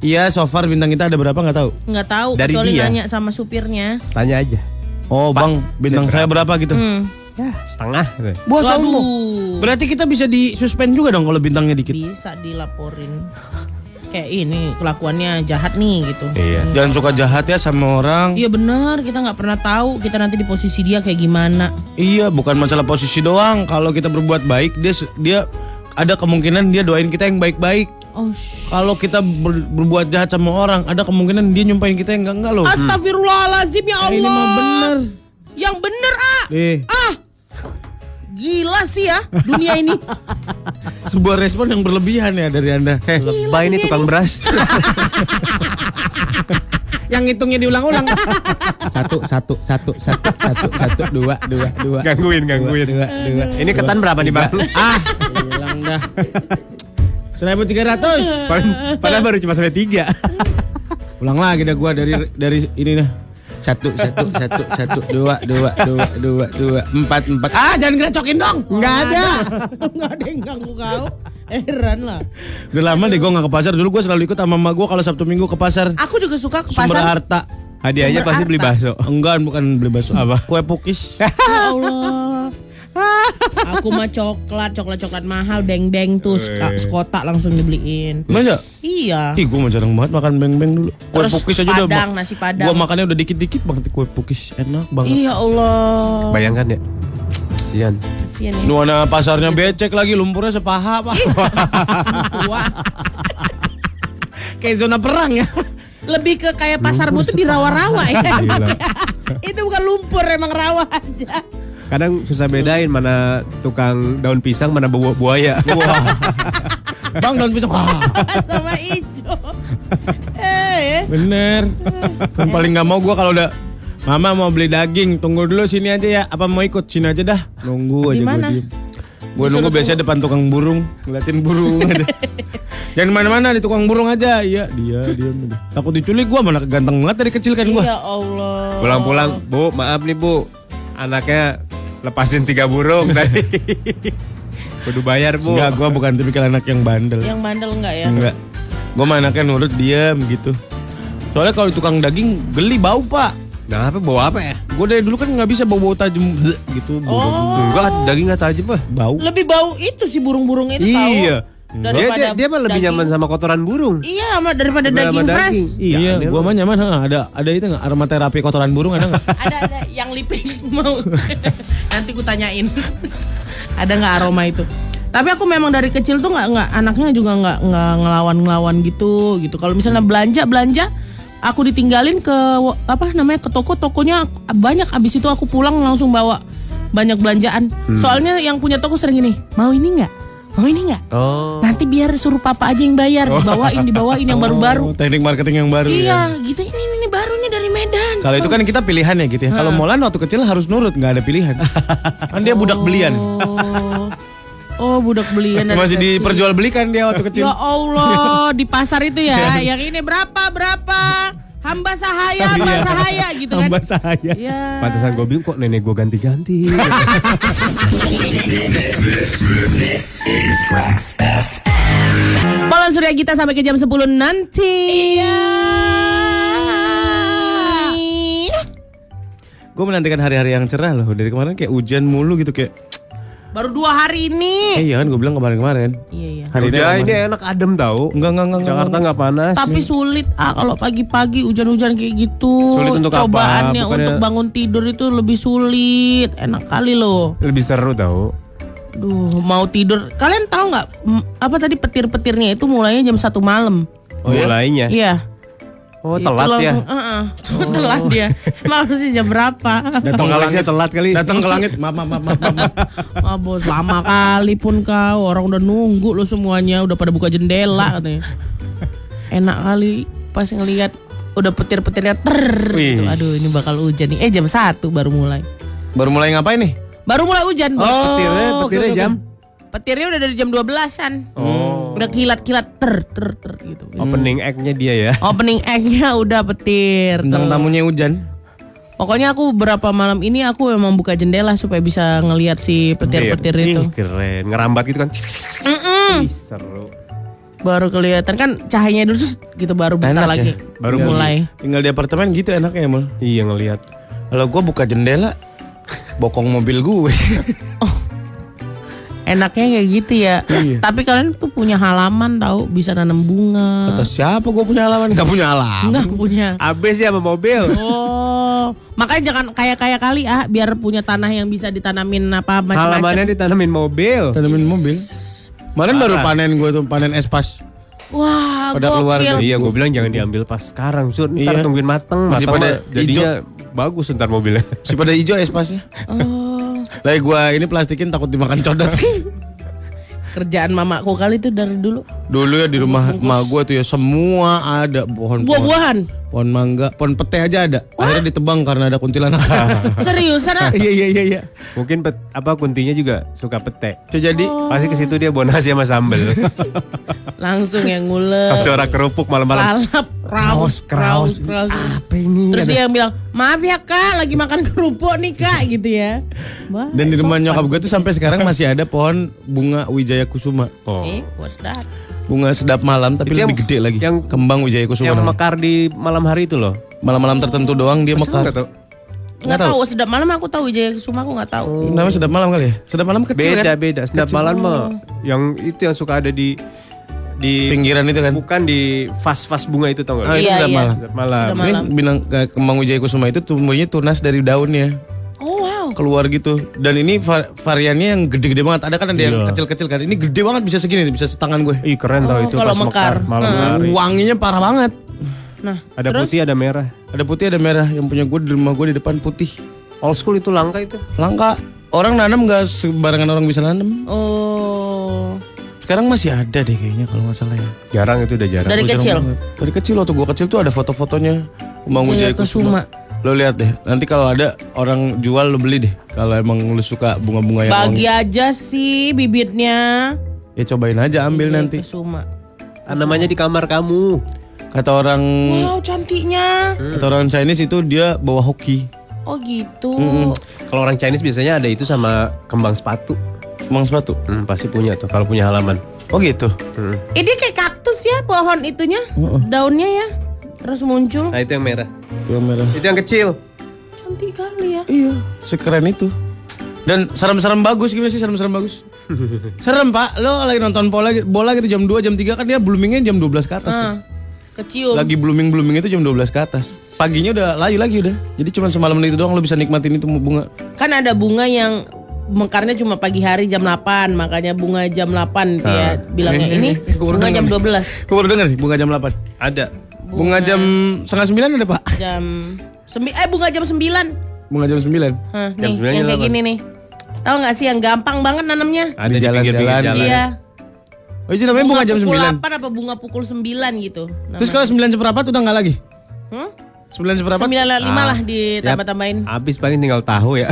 Speaker 2: Iya, so far bintang kita ada berapa nggak tahu.
Speaker 3: Nggak tahu
Speaker 4: Dari
Speaker 3: kecuali
Speaker 4: dia?
Speaker 3: nanya sama supirnya.
Speaker 4: Tanya aja.
Speaker 2: Oh, Bang, bintang saya
Speaker 4: saya
Speaker 2: berapa gitu?
Speaker 3: Hmm.
Speaker 4: Ya, setengah.
Speaker 2: Buah sombong.
Speaker 3: Waduh.
Speaker 2: Berarti kita bisa di suspend juga dong kalau bintangnya dikit.
Speaker 3: Bisa dilaporin. Kayak ini kelakuannya jahat nih gitu.
Speaker 4: Iya.
Speaker 2: Jangan suka jahat ya sama orang.
Speaker 3: Iya benar, kita nggak pernah tahu kita nanti di posisi dia kayak gimana.
Speaker 2: Iya, bukan masalah posisi doang. Kalau kita berbuat baik, dia se- dia ada kemungkinan dia doain kita yang baik-baik.
Speaker 3: Oh, sh-
Speaker 2: Kalau kita ber- berbuat jahat sama orang, ada kemungkinan dia nyumpahin kita yang enggak-enggak
Speaker 4: Oh, hmm.
Speaker 2: loh.
Speaker 3: Astagfirullahaladzim ya Allah.
Speaker 2: Ini mah bener.
Speaker 3: Yang bener ah.
Speaker 2: Eh,
Speaker 3: Ah. Gila sih ya dunia ini.
Speaker 2: sebuah respon yang berlebihan ya dari Anda.
Speaker 4: Eh, Lebay nih tukang beras.
Speaker 2: yang hitungnya diulang-ulang. satu, satu, satu, satu, satu, satu, dua, dua, dua.
Speaker 4: gangguin, gangguin. Ini ketan berapa nih, Bang?
Speaker 2: Ah, hilang dah. Seribu tiga ratus.
Speaker 4: Padahal padahal baru cuma sampai tiga.
Speaker 2: Ulang lagi dah gua dari dari ini dah. Satu, satu, satu, satu, dua, dua, dua, dua, dua, empat, empat. Ah, jangan gerecokin dong. Nggak ada.
Speaker 3: Enggak Ah! ada yang ganggu kau. Heran lah.
Speaker 2: Udah lama deh gua nggak ke pasar. Dulu gua selalu ikut sama mama gua kalau Sabtu Minggu ke pasar.
Speaker 3: Aku juga suka ke
Speaker 2: Sumber
Speaker 3: pasar.
Speaker 2: harta.
Speaker 4: Hadiahnya
Speaker 3: Sumber
Speaker 4: pasti beli
Speaker 3: harta.
Speaker 4: bakso.
Speaker 2: Enggak, bukan beli bakso.
Speaker 4: Apa? Eh,
Speaker 2: Kue pukis.
Speaker 3: Ya Allah. Aku mah coklat, coklat-coklat mahal, beng-beng tuh seka- sekotak langsung dibeliin.
Speaker 2: Masa?
Speaker 3: Iya.
Speaker 2: Ih, gua mah jarang banget makan beng-beng dulu. Kue
Speaker 3: Terus
Speaker 2: pukis aja udah.
Speaker 3: padang,
Speaker 2: ma-
Speaker 3: nasi padang.
Speaker 2: Gua makannya udah dikit-dikit banget kue pukis. Enak banget.
Speaker 3: Iya Allah.
Speaker 4: Bayangkan ya. Sian.
Speaker 3: Kasihan ya.
Speaker 2: Lu mana pasarnya becek lagi lumpurnya sepaha pak
Speaker 3: Wah,
Speaker 2: Kayak zona perang ya
Speaker 3: lebih ke kayak pasarmu tuh di rawa-rawa ya.
Speaker 4: Gila.
Speaker 3: Itu bukan lumpur, emang rawa aja.
Speaker 4: Kadang susah bedain mana tukang daun pisang, mana bu- buaya.
Speaker 2: Bang daun pisang Wah,
Speaker 3: Sama ijo. Eh,
Speaker 2: Bener Kan paling gak mau gua kalau udah Mama mau beli daging Tunggu dulu sini aja ya Apa mau ikut sini aja dah Nunggu aja
Speaker 3: Di
Speaker 2: gua
Speaker 3: mana?
Speaker 2: diem. Gua nunggu biasanya depan tukang burung Ngeliatin burung aja Jangan mana-mana di tukang burung aja Iya dia dia Takut diculik gua mana ganteng banget dari kecil kan gua
Speaker 3: ya Allah.
Speaker 4: Pulang-pulang, Bu, maaf nih, Bu. Anaknya lepasin tiga burung tadi. Kudu bayar, Bu.
Speaker 2: Enggak gua bukan tipikal anak yang bandel
Speaker 3: Yang bandel enggak ya?
Speaker 2: Enggak. Gue mah anaknya nurut diam gitu. Soalnya kalau di tukang daging geli bau pak.
Speaker 4: Nah, apa bawa apa ya?
Speaker 2: Gue dari dulu kan nggak bisa bau bau tajam bleh, gitu.
Speaker 3: Oh.
Speaker 4: Enggak, daging gak tajam, Pak.
Speaker 2: Bau.
Speaker 3: Lebih bau itu si burung-burung itu tahu.
Speaker 4: Iya. Dia,
Speaker 3: Daripada
Speaker 4: dia, dia mah lebih
Speaker 3: daging.
Speaker 4: nyaman sama kotoran burung.
Speaker 3: Iya, sama daripada
Speaker 4: Daripada
Speaker 3: daging fresh.
Speaker 4: daging.
Speaker 2: Iya,
Speaker 4: Iya,
Speaker 2: gue mah nyaman. ha. Ada ada itu nggak aromaterapi kotoran burung ada nggak?
Speaker 3: Ada ada yang liping mau. Nanti ku tanyain. ada nggak aroma itu? Tapi aku memang dari kecil tuh nggak nggak anaknya juga nggak nggak ngelawan ngelawan gitu gitu. Kalau misalnya belanja belanja, aku ditinggalin ke wo- apa namanya ke toko tokonya banyak. Abis itu aku pulang langsung bawa banyak belanjaan.
Speaker 4: Hmm.
Speaker 3: Soalnya yang punya toko sering gini, mau ini nggak? Mau ini nggak?
Speaker 4: Oh.
Speaker 3: Nanti biar suruh papa aja yang bayar, dibawain dibawain yang baru-baru.
Speaker 2: Oh, teknik marketing yang baru ya.
Speaker 3: Iya, gitu ini ini ini barunya dari Medan.
Speaker 2: Kalau itu kan kita pilihan ya gitu ya. Kalau Molan waktu kecil harus nurut, nggak ada pilihan. kan dia budak belian.
Speaker 3: Oh. Oh, budak belian dari
Speaker 2: Masih
Speaker 3: kecil.
Speaker 2: diperjualbelikan dia waktu kecil.
Speaker 3: Ya Allah, di pasar itu ya. yang ini berapa? Berapa? Hamba sahaya, hamba
Speaker 2: Iya.
Speaker 3: sahaya gitu kan.
Speaker 2: Tambah saya.
Speaker 3: Iya.
Speaker 4: Pantesan gue bingung kok nenek gue ganti-ganti.
Speaker 5: This is Trax F.
Speaker 3: Polan Surya Gita sampai ke jam 10 nanti. Iya.
Speaker 2: Gue menantikan hari-hari yang cerah loh. Dari kemarin kayak hujan mulu gitu kayak.
Speaker 3: Baru dua hari
Speaker 2: Eh
Speaker 3: ini.
Speaker 2: iya kan gue bilang kemarin-kemarin.
Speaker 3: Iya, iya.
Speaker 2: Hari
Speaker 4: Udah
Speaker 2: yang
Speaker 4: ini
Speaker 2: kemarin.
Speaker 4: enak adem tau.
Speaker 2: Enggak, enggak, enggak. enggak,
Speaker 4: Jakarta nggak panas.
Speaker 3: Tapi sulit ah kalau pagi-pagi hujan-hujan kayak gitu.
Speaker 4: Sulit untuk apa?
Speaker 3: Cobaannya
Speaker 4: Bukannya-
Speaker 3: untuk bangun tidur itu lebih sulit. Enak kali loh.
Speaker 4: Lebih seru tau.
Speaker 3: Duh, mau tidur. Kalian tahu nggak m- apa tadi petir-petirnya itu mulainya jam satu malam.
Speaker 4: Oh, Mulainya.
Speaker 3: Iya.
Speaker 4: Eh. Oh
Speaker 3: Itu
Speaker 4: telat ya. Oh.
Speaker 3: langsung, uh-uh. telat dia. Maksudnya jam berapa?
Speaker 2: Datang ke langit.
Speaker 4: telat kali.
Speaker 2: Datang ke langit. Maaf, maaf, maaf, maaf, maaf.
Speaker 3: Wah bos, lama kali pun kau. Orang udah nunggu lo semuanya. Udah pada buka jendela katanya. Enak kali pas ngelihat udah petir-petirnya ter gitu. Aduh ini bakal hujan nih. Eh jam satu baru mulai.
Speaker 2: Baru mulai ngapain nih?
Speaker 3: Baru mulai hujan. Bos.
Speaker 4: Oh, Petirnya,
Speaker 2: oke,
Speaker 4: petirnya
Speaker 2: oke,
Speaker 4: jam.
Speaker 3: Oh, gitu,
Speaker 4: Oh.
Speaker 3: Petirnya udah dari jam 12-an. Udah kilat-kilat ter ter ter gitu.
Speaker 4: Opening act-nya dia ya.
Speaker 3: Opening act-nya udah petir.
Speaker 2: Tentang tamunya hujan.
Speaker 3: Pokoknya aku berapa malam ini aku memang buka jendela supaya bisa ngelihat si petir-petir itu.
Speaker 4: Iya. Ih, keren. Ngerambat gitu kan. Ih, seru.
Speaker 3: Baru kelihatan kan cahayanya dulu terus gitu baru buka
Speaker 2: Enak ya?
Speaker 3: lagi.
Speaker 4: Baru
Speaker 3: mulai.
Speaker 2: Tinggal di apartemen gitu enaknya mal.
Speaker 4: Iya ngelihat.
Speaker 2: Kalau gue buka jendela, bokong mobil gue.
Speaker 3: Enaknya kayak gitu ya.
Speaker 2: Iya.
Speaker 3: Tapi kalian tuh punya halaman tahu bisa nanam bunga.
Speaker 2: Atas siapa gue punya halaman? Gak punya halaman.
Speaker 3: Enggak punya.
Speaker 4: Abis ya sama mobil.
Speaker 3: Oh, makanya jangan kayak-kayak kali ah biar punya tanah yang bisa ditanamin apa macam-macam.
Speaker 4: Halamannya ditanamin mobil.
Speaker 2: Tanamin mobil. Kemarin baru panen gue tuh panen espas.
Speaker 3: Wah,
Speaker 2: Pada keluarga.
Speaker 3: gokil.
Speaker 4: Iya, gue bilang jangan diambil pas sekarang, Sur. Ntar
Speaker 2: Iya.
Speaker 4: tungguin mateng,
Speaker 2: Masih
Speaker 4: mateng
Speaker 2: pada
Speaker 4: mah jadinya bagus ntar mobilnya.
Speaker 2: Si pada hijau espasnya.
Speaker 3: Oh.
Speaker 2: Lagi gue ini plastikin takut dimakan codot.
Speaker 3: Kerjaan mamaku kali itu dari dulu.
Speaker 2: Dulu ya di rumah emak gue tuh ya semua ada pohon.
Speaker 3: Buah-buahan.
Speaker 2: Pohon mangga, pohon pete aja ada. Akhirnya ditebang karena ada kuntilanak.
Speaker 3: Seriusan ah?
Speaker 2: Iya iya iya iya.
Speaker 4: Mungkin pet, apa kuntinya juga suka pete.
Speaker 2: Itu jadi
Speaker 3: Oh.
Speaker 4: Pasti ke situ dia bonus ya sama sambel.
Speaker 3: langsung yang ngulek.
Speaker 4: Suara kerupuk malam-malam.
Speaker 3: lalap kraus kraus kraus terus dia yang bilang maaf ya kak lagi makan kerupuk nih kak gitu ya Wah,
Speaker 2: dan di rumah
Speaker 3: sopan.
Speaker 2: nyokap gue tuh sampai sekarang masih ada pohon bunga Wijaya Kusuma.
Speaker 3: eh what's that
Speaker 2: Bunga sedap malam tapi
Speaker 4: Oh. Itu yang-
Speaker 2: lebih gede lagi.
Speaker 4: yang-
Speaker 2: kembang Wijaya Kusuma.
Speaker 4: Yang
Speaker 2: namanya.
Speaker 4: mekar di malam hari itu loh.
Speaker 2: Malam-malam tertentu doang dia
Speaker 4: Masa nggak
Speaker 2: mekar.
Speaker 4: tahu?
Speaker 3: nggak tahu sedap malam aku tahu Wijaya Kusuma aku nggak tahu
Speaker 2: Namanya sedap malam kali ya? Sedap malam kecil
Speaker 4: Beda
Speaker 2: kan?
Speaker 4: beda. Sedap malam mah yang itu yang suka ada di di
Speaker 2: Pinggiran itu kan.
Speaker 4: bukan di fas-fas bunga itu
Speaker 2: Oh,
Speaker 4: tau nggak?
Speaker 2: itu
Speaker 3: Iya,
Speaker 2: sedap
Speaker 3: iya.
Speaker 2: malam.
Speaker 4: Sedap malam.
Speaker 2: Ini bilang eh, kembang Wijaya Kusuma itu tumbuhnya tunas dari daunnya
Speaker 3: oh wow
Speaker 2: keluar gitu. Dan ini va- variannya yang gede-gede banget. Ada kan ada yang
Speaker 4: Iya.
Speaker 2: kecil-kecil kan. Ini gede banget bisa segini, bisa setangan gue.
Speaker 4: Ih keren tau itu
Speaker 3: Oh, kalau
Speaker 4: pas mekar,
Speaker 3: mekar. Hmm.
Speaker 4: malam hari.
Speaker 2: Wanginya parah banget.
Speaker 3: nah
Speaker 4: Ada putih ada merah.
Speaker 2: Ada putih, ada merah. Yang punya gue di rumah gue di depan putih.
Speaker 4: Old school itu langka itu.
Speaker 2: Langka. Orang nanam gak sembarangan orang bisa nanam.
Speaker 3: oh
Speaker 2: Sekarang masih ada deh kayaknya kalau nggak salah ya.
Speaker 4: Jarang itu udah jarang.
Speaker 3: dari kecil
Speaker 2: Dari kecil waktu gue kecil tuh ada foto-fotonya Kembang
Speaker 3: Jaya
Speaker 2: Wijaya Kusuma. Lo lihat deh, nanti kalau ada orang jual lo beli deh. Kalau emang lo suka bunga-bunga yang
Speaker 3: bagi
Speaker 2: wangi,
Speaker 3: aja sih bibitnya
Speaker 2: ya cobain aja ambil
Speaker 3: Iya.
Speaker 2: nanti.
Speaker 3: Kusuma
Speaker 4: Ah, Namanya di kamar kamu.
Speaker 2: Kata orang
Speaker 3: wow cantiknya
Speaker 2: kata orang Chinese itu dia bawa hoki.
Speaker 3: oh gitu
Speaker 4: Kalau orang Chinese biasanya ada itu sama kembang sepatu.
Speaker 2: Emang sepatu.
Speaker 4: Hmm, pasti punya tuh kalau punya halaman.
Speaker 2: Oh gitu.
Speaker 3: ini Eh, kayak kaktus ya pohon itunya daunnya ya terus muncul
Speaker 4: Nah itu yang merah.
Speaker 2: Itu yang merah.
Speaker 4: Itu yang kecil.
Speaker 3: Cantik kali ya.
Speaker 2: Iya, sekeren itu. Dan serem-serem bagus gimana sih serem-serem bagus? Serem pak, lo lagi nonton bola, bola gitu jam 2, jam 3 kan dia bloomingnya jam 12 ke atas. kan?
Speaker 3: Nah, Kecium.
Speaker 2: Lagi blooming-blooming itu jam 12 ke atas. Paginya udah layu lagi udah. Jadi cuma semalam itu doang lo bisa nikmatin itu bunga.
Speaker 3: Kan ada bunga yang mekarnya cuma pagi hari jam 8, makanya bunga jam 8
Speaker 4: Ah.
Speaker 3: dia bilangnya ini
Speaker 2: Gua baru
Speaker 3: bunga jam
Speaker 2: denger.
Speaker 3: 12.
Speaker 2: Gue baru denger sih, bunga jam 8.
Speaker 4: Ada.
Speaker 2: Bunga jam setengah 9 ada pak?
Speaker 3: Jam sembi eh bunga jam 9.
Speaker 2: Bunga jam 9.
Speaker 3: Hah,
Speaker 4: Jam
Speaker 3: nih,
Speaker 4: 9
Speaker 3: yang kayak
Speaker 4: jam
Speaker 3: gini nih. Tahu nggak sih yang gampang banget nanamnya?
Speaker 4: Ada
Speaker 2: Di
Speaker 4: di pinggir-pinggir
Speaker 2: jalan-jalan.
Speaker 4: jalan.
Speaker 3: Iya.
Speaker 2: Oh itu namanya bunga, jam
Speaker 3: pukul 8
Speaker 2: 9.
Speaker 3: apa bunga pukul 9 gitu.
Speaker 2: Terus kalau 9 seperempat udah nggak lagi?
Speaker 3: Hmm?
Speaker 2: Sembilan seberapa?
Speaker 3: 95 lah
Speaker 4: Ah,
Speaker 3: ditambah-tambahin.
Speaker 4: yap. Habis paling tinggal tahu ya.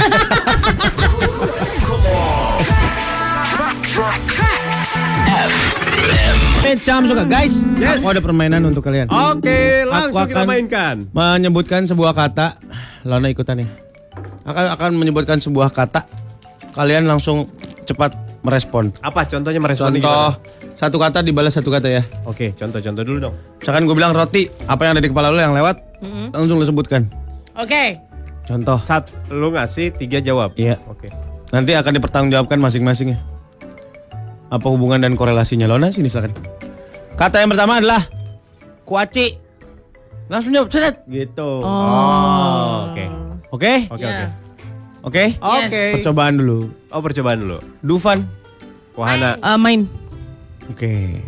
Speaker 2: Pecam Eh, suka guys.
Speaker 4: Yes.
Speaker 2: Aku ada permainan untuk kalian.
Speaker 4: Oke,
Speaker 2: Aku
Speaker 4: langsung kita
Speaker 2: akan-
Speaker 4: mainkan.
Speaker 2: Menyebutkan sebuah kata. Lana ikutan nih. Akan akan menyebutkan sebuah kata. Kalian langsung cepat merespon.
Speaker 4: Apa contohnya merespon
Speaker 2: Contoh satu kata dibalas satu kata ya.
Speaker 4: Oke, contoh-contoh dulu dong.
Speaker 2: Misalkan gue bilang roti, apa yang ada di kepala lo yang lewat, langsung lo sebutkan.
Speaker 3: Oke.
Speaker 2: Contoh.
Speaker 4: Sat, lu ngasih tiga jawab.
Speaker 2: Iya.
Speaker 4: Oke.
Speaker 2: Nanti akan dipertanggungjawabkan masing-masingnya. Apa hubungan dan korelasinya? Lona sini silakan. Kata yang pertama adalah kuaci. Langsung jawab, set. Gitu.
Speaker 4: Oh, oke.
Speaker 2: Oke?
Speaker 4: Oke,
Speaker 3: Ya.
Speaker 4: oke.
Speaker 2: Oke?
Speaker 4: Oke.
Speaker 2: Percobaan dulu.
Speaker 4: Oh, percobaan dulu.
Speaker 2: Dufan.
Speaker 4: Wahana,
Speaker 3: Eh, main.
Speaker 2: Oke.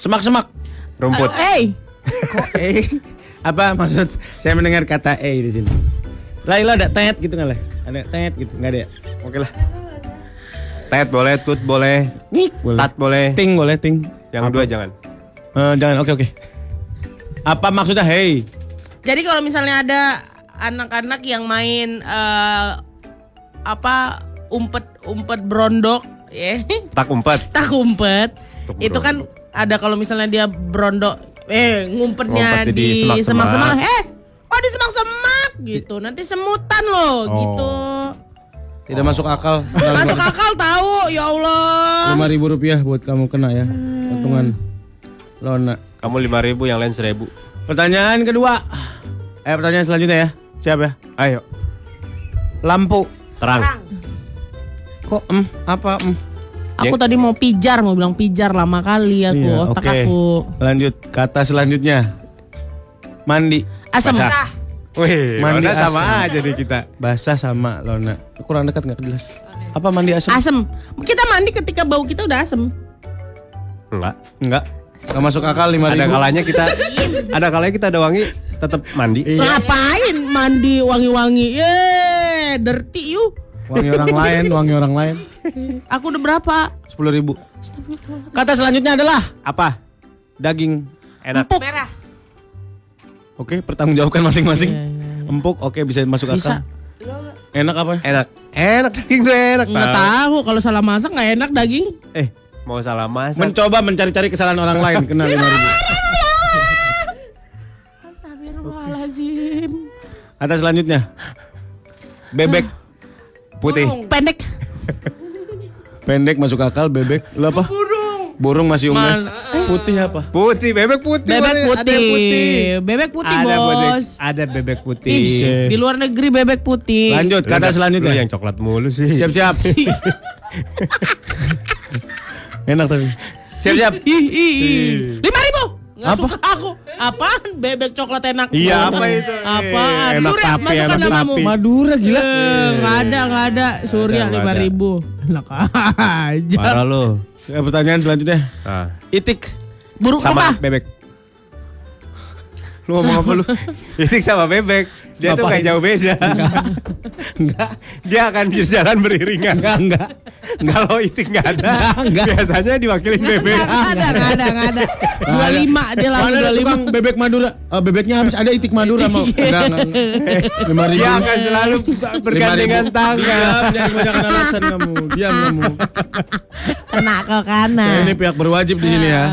Speaker 2: Semak-semak.
Speaker 4: rumput.
Speaker 3: Hey.
Speaker 2: Eh. Apa maksud? Saya mendengar kata eh di sini. Lah, Ila ada tet gitu nggak lah? Ada tet gitu, nggak ada ya? Oke lah.
Speaker 4: Tet boleh, tut boleh,
Speaker 2: Nih,
Speaker 4: tat boleh.
Speaker 2: Ting boleh, ting.
Speaker 4: Yang dua jangan.
Speaker 2: Eh, jangan, oke oke. Apa maksudnya hey?
Speaker 3: Jadi kalau misalnya ada anak-anak yang main eh, apa umpet umpet brondok ya
Speaker 4: Tak umpet.
Speaker 3: tak umpet
Speaker 4: Tuk
Speaker 3: itu kan ada kalau misalnya dia brondok eh ngumpetnya
Speaker 4: Ngumpet
Speaker 3: di
Speaker 4: di semak-semak.
Speaker 3: semak-semak eh oh di semak-semak gitu nanti semutan loh
Speaker 4: Oh.
Speaker 3: gitu
Speaker 2: Tidak masuk akal.
Speaker 3: masuk akal tahu ya Allah
Speaker 2: Lima ribu rupiah buat kamu kena ya. Potongan Lona.
Speaker 4: Kamu lima ribu, yang lain seribu.
Speaker 2: Pertanyaan kedua. Eh pertanyaan selanjutnya ya. Siap ya.
Speaker 4: Ayo.
Speaker 2: Lampu.
Speaker 4: Terang.
Speaker 2: Kok em apa em?
Speaker 4: Ya.
Speaker 3: aku tadi mau pijar mau bilang pijar lama kali aku
Speaker 2: Iya,
Speaker 3: otak
Speaker 2: oke.
Speaker 3: aku
Speaker 2: Lanjut kata selanjutnya. Mandi.
Speaker 3: asam
Speaker 4: Basah. Wih,
Speaker 2: Mandi
Speaker 4: mandi Iya, sama
Speaker 2: asam.
Speaker 4: aja nih kita.
Speaker 2: Basah sama Lona. Kurang dekat nggak jelas. Apa mandi asam?
Speaker 3: asam kita mandi ketika bau kita udah asam
Speaker 4: Enggak.
Speaker 2: Enggak. Enggak masuk akal lima
Speaker 4: Ada
Speaker 2: ribu.
Speaker 4: kalanya kita ada kalanya kita ada wangi tetap mandi.
Speaker 2: Iya.
Speaker 3: Ngapain mandi wangi-wangi? Ye, dirty you.
Speaker 2: Wangi orang lain, wangi orang lain.
Speaker 3: Aku udah berapa?
Speaker 2: Sepuluh ribu. Kata selanjutnya adalah
Speaker 4: Apa?
Speaker 2: daging.
Speaker 4: Enak.
Speaker 3: Empuk.
Speaker 2: Oke, pertanggungjawabkan masing-masing. Empuk, oke bisa masuk akal.
Speaker 3: Iya,
Speaker 4: kan.
Speaker 3: Bisa.
Speaker 2: Enak apa?
Speaker 4: Enak. Enak daging tuh enak.
Speaker 3: Nggak
Speaker 4: tau.
Speaker 3: tahu kalau salah masak nggak enak daging.
Speaker 4: Eh, mau salah masak.
Speaker 2: Mencoba mencari-cari kesalahan orang lain kena 5000.
Speaker 3: Astagfirullahalazim.
Speaker 2: Kata selanjutnya. Bebek
Speaker 4: putih.
Speaker 3: Pendek.
Speaker 2: pendek masuk akal, bebek. Lu apa? Burung. Burung masih unggas.
Speaker 3: Eh.
Speaker 2: Putih apa?
Speaker 4: Putih, bebek putih.
Speaker 3: Bebek
Speaker 4: warnanya. Ada
Speaker 3: putih.
Speaker 4: yang putih.
Speaker 3: Bebek putih,
Speaker 4: ada bebek,
Speaker 3: Bos.
Speaker 4: ada bebek putih.
Speaker 3: Ih,
Speaker 2: Iya.
Speaker 3: di luar negeri bebek putih.
Speaker 2: Lanjut kata selanjutnya.
Speaker 4: Lu yang coklat mulu sih.
Speaker 2: Siap-siap. Enak tapi. Siap-siap.
Speaker 3: Ih, ih, ih. Lima ribu. Nggak suka aku. Apaan? Bebek coklat enak.
Speaker 4: Iya,
Speaker 3: banget.
Speaker 4: apa itu?
Speaker 3: Apaan?
Speaker 4: Enak
Speaker 3: Surya,
Speaker 4: tapi,
Speaker 3: masukkan
Speaker 4: enak
Speaker 3: namamu.
Speaker 4: tapi.
Speaker 2: Madura gila.
Speaker 3: Eh, Nggak ada, nggak ada. Surya
Speaker 4: ada, nggak
Speaker 3: lima
Speaker 4: ada.
Speaker 3: ribu. Enak aja.
Speaker 4: Parah lu.
Speaker 2: Eh, Pertanyaan selanjutnya.
Speaker 4: Ah.
Speaker 2: Itik.
Speaker 3: Buruk apa?
Speaker 4: Sama bebek. Lu ngomong apa lu? Itik sama bebek. Dia tuh
Speaker 2: Ngapain?
Speaker 4: gak jauh beda.
Speaker 2: Enggak.
Speaker 4: Dia akan berjalan beriringan.
Speaker 2: Enggak, enggak.
Speaker 4: Kalau itik nggak ada,
Speaker 2: Nggak, nggak.
Speaker 4: biasanya diwakilin bebek.
Speaker 3: Nggak ada, nggak ada, nggak ada. Dua lima dia langsung
Speaker 2: Mana
Speaker 3: dua lima.
Speaker 2: ada
Speaker 3: Iya.
Speaker 2: tukang bebek Madura? Eh, bebeknya habis ada itik Madura mau. Enggak, enggak. Eh, Lima ribu.
Speaker 4: Dia akan selalu bergandengan tangan.
Speaker 2: Diam, jangan banyak alasan kamu. Diam kamu.
Speaker 3: Kena ke
Speaker 2: Nah,
Speaker 3: kanan.
Speaker 2: ini pihak berwajib di sini ya.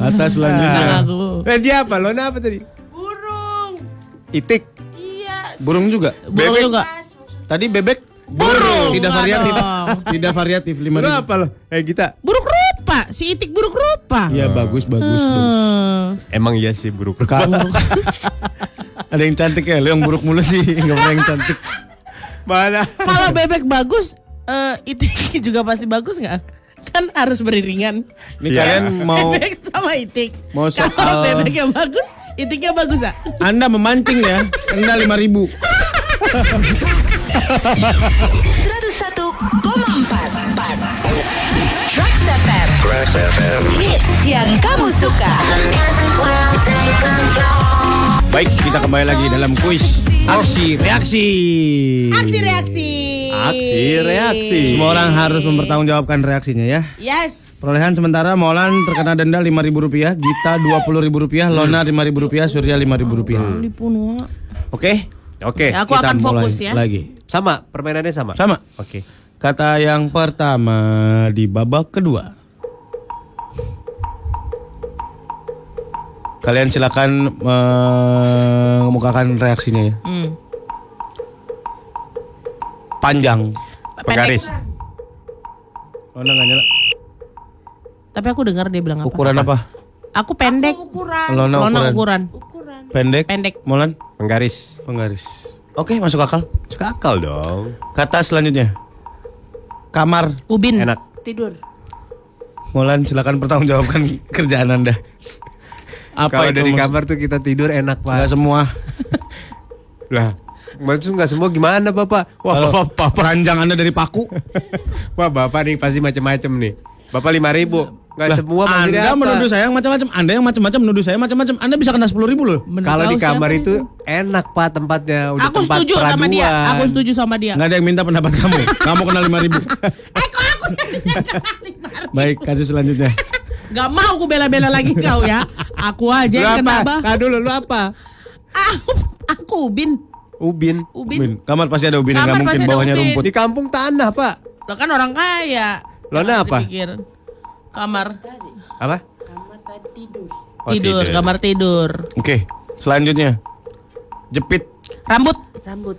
Speaker 2: Atas selanjutnya.
Speaker 3: Ah. Aku.
Speaker 4: Eh, dia apa? Lona apa tadi?
Speaker 6: Burung.
Speaker 4: Itik.
Speaker 2: Burung juga.
Speaker 3: Burung
Speaker 4: Bebek.
Speaker 3: juga.
Speaker 2: Tadi bebek
Speaker 3: Burung,
Speaker 2: Tidak
Speaker 3: enggak
Speaker 2: variatif.
Speaker 3: dong.
Speaker 2: Tidak variatif lima
Speaker 4: Lu
Speaker 2: ribu.
Speaker 4: apa lo? Eh, kita.
Speaker 3: Buruk rupa, si itik buruk rupa.
Speaker 2: Iya bagus bagus bagus.
Speaker 3: Eh,
Speaker 4: Emang iya sih buruk.
Speaker 2: Kalau- ada yang cantik ya, lu yang buruk mulu sih, nggak pernah yang cantik.
Speaker 4: Mana?
Speaker 3: Kalau bebek bagus, eh, itik juga pasti bagus nggak? Kan harus beriringan.
Speaker 2: Ini
Speaker 4: Iya.
Speaker 2: kalian mau
Speaker 3: Bebek sama itik.
Speaker 2: Mau soal-
Speaker 3: Kalau bebeknya bagus, itiknya bagus ah.
Speaker 2: Anda memancing ya, Anda lima ribu.
Speaker 7: 101,4 Tracks FM Hits yang kamu suka
Speaker 5: Music will take control.
Speaker 2: Baik, kita kembali lagi dalam kuis aksi reaksi.
Speaker 3: Aksi reaksi.
Speaker 4: Aksi reaksi.
Speaker 2: Semua orang harus mempertanggungjawabkan reaksinya ya.
Speaker 3: Yes.
Speaker 2: Perolehan sementara Molan terkena denda Rp5.000, Gita Rp20.000, Lona Rp5.000, Surya Rp5.000.
Speaker 3: Hmm. Dibunuh.
Speaker 2: Oke?
Speaker 4: Oke.
Speaker 3: Ya, aku akan
Speaker 2: mulai
Speaker 3: fokus ya.
Speaker 2: Lagi.
Speaker 4: Sama, permainannya sama.
Speaker 2: Sama.
Speaker 4: Oke.
Speaker 2: Kata yang pertama di babak kedua. Kalian silakan eh, mengemukakan reaksinya ya.
Speaker 3: Hmm.
Speaker 2: Panjang.
Speaker 3: Pendek.
Speaker 2: Oh, enggak nyala.
Speaker 3: Tapi aku dengar dia bilang apa?
Speaker 2: Ukuran apa?
Speaker 3: Aku pendek.
Speaker 2: Lona
Speaker 3: Lona
Speaker 2: ukuran.
Speaker 3: ukuran.
Speaker 2: Pendek.
Speaker 3: Pendek.
Speaker 2: Molan
Speaker 4: Penggaris.
Speaker 2: penggaris. Oke, masuk akal.
Speaker 4: Masuk akal dong.
Speaker 2: Kata selanjutnya. Kamar.
Speaker 3: Ubin.
Speaker 4: Enak.
Speaker 6: Tidur.
Speaker 2: Molan silakan pertanggungjawabkan kerjaan Anda.
Speaker 4: Kalau
Speaker 2: Apa itu?
Speaker 4: dari
Speaker 2: maksud-
Speaker 4: kamar tuh kita tidur enak
Speaker 2: Nggak
Speaker 4: pak.
Speaker 2: semua.
Speaker 4: Lah, maksud nggak semua gimana bapak? Wah,
Speaker 2: Kalau
Speaker 4: bapak, bapak,
Speaker 2: peranjang Anda dari paku.
Speaker 4: wah bapak nih pasti macam-macam nih. Bapak lima ribu. Nggak
Speaker 2: Lah,
Speaker 4: semua maksudnya
Speaker 2: Anda
Speaker 4: apa?
Speaker 2: menuduh saya yang macam-macam. Anda yang macam-macam menuduh saya macam-macam. Anda bisa kena sepuluh ribu loh.
Speaker 3: Menurut
Speaker 4: Kalau
Speaker 3: kau
Speaker 4: di kamar
Speaker 3: siapa
Speaker 4: itu enak pak tempatnya. Udah
Speaker 3: Aku
Speaker 4: tempat
Speaker 3: setuju sama
Speaker 4: peraduan.
Speaker 3: dia. Aku setuju sama dia.
Speaker 2: Nggak ada yang minta pendapat kamu. kamu kena lima ribu.
Speaker 3: Eh kok aku
Speaker 2: Baik, kasus selanjutnya.
Speaker 3: Gak mau aku bela-bela lagi kau ya. Aku aja
Speaker 4: Lu
Speaker 3: yang
Speaker 4: apa?
Speaker 3: kena bah.
Speaker 4: Nah dulu lu apa?
Speaker 3: Ah, aku Ubin.
Speaker 4: Ubin.
Speaker 3: Ubin.
Speaker 2: Ubin. Kamar pasti ada ubin.
Speaker 3: Kamar
Speaker 2: Nggak
Speaker 3: pasti
Speaker 2: mungkin
Speaker 3: ada
Speaker 2: bawahnya
Speaker 3: ubin.
Speaker 2: rumput.
Speaker 4: Di kampung tanah pak.
Speaker 3: Lah kan orang kaya.
Speaker 4: Lona
Speaker 3: Jangan
Speaker 4: apa?
Speaker 3: dipikir. Kamar
Speaker 4: Apa? Oh,
Speaker 3: tidur,
Speaker 4: tidur.
Speaker 3: kamar tidur.
Speaker 2: Oke, selanjutnya. Jepit.
Speaker 3: Rambut.
Speaker 6: Rambut.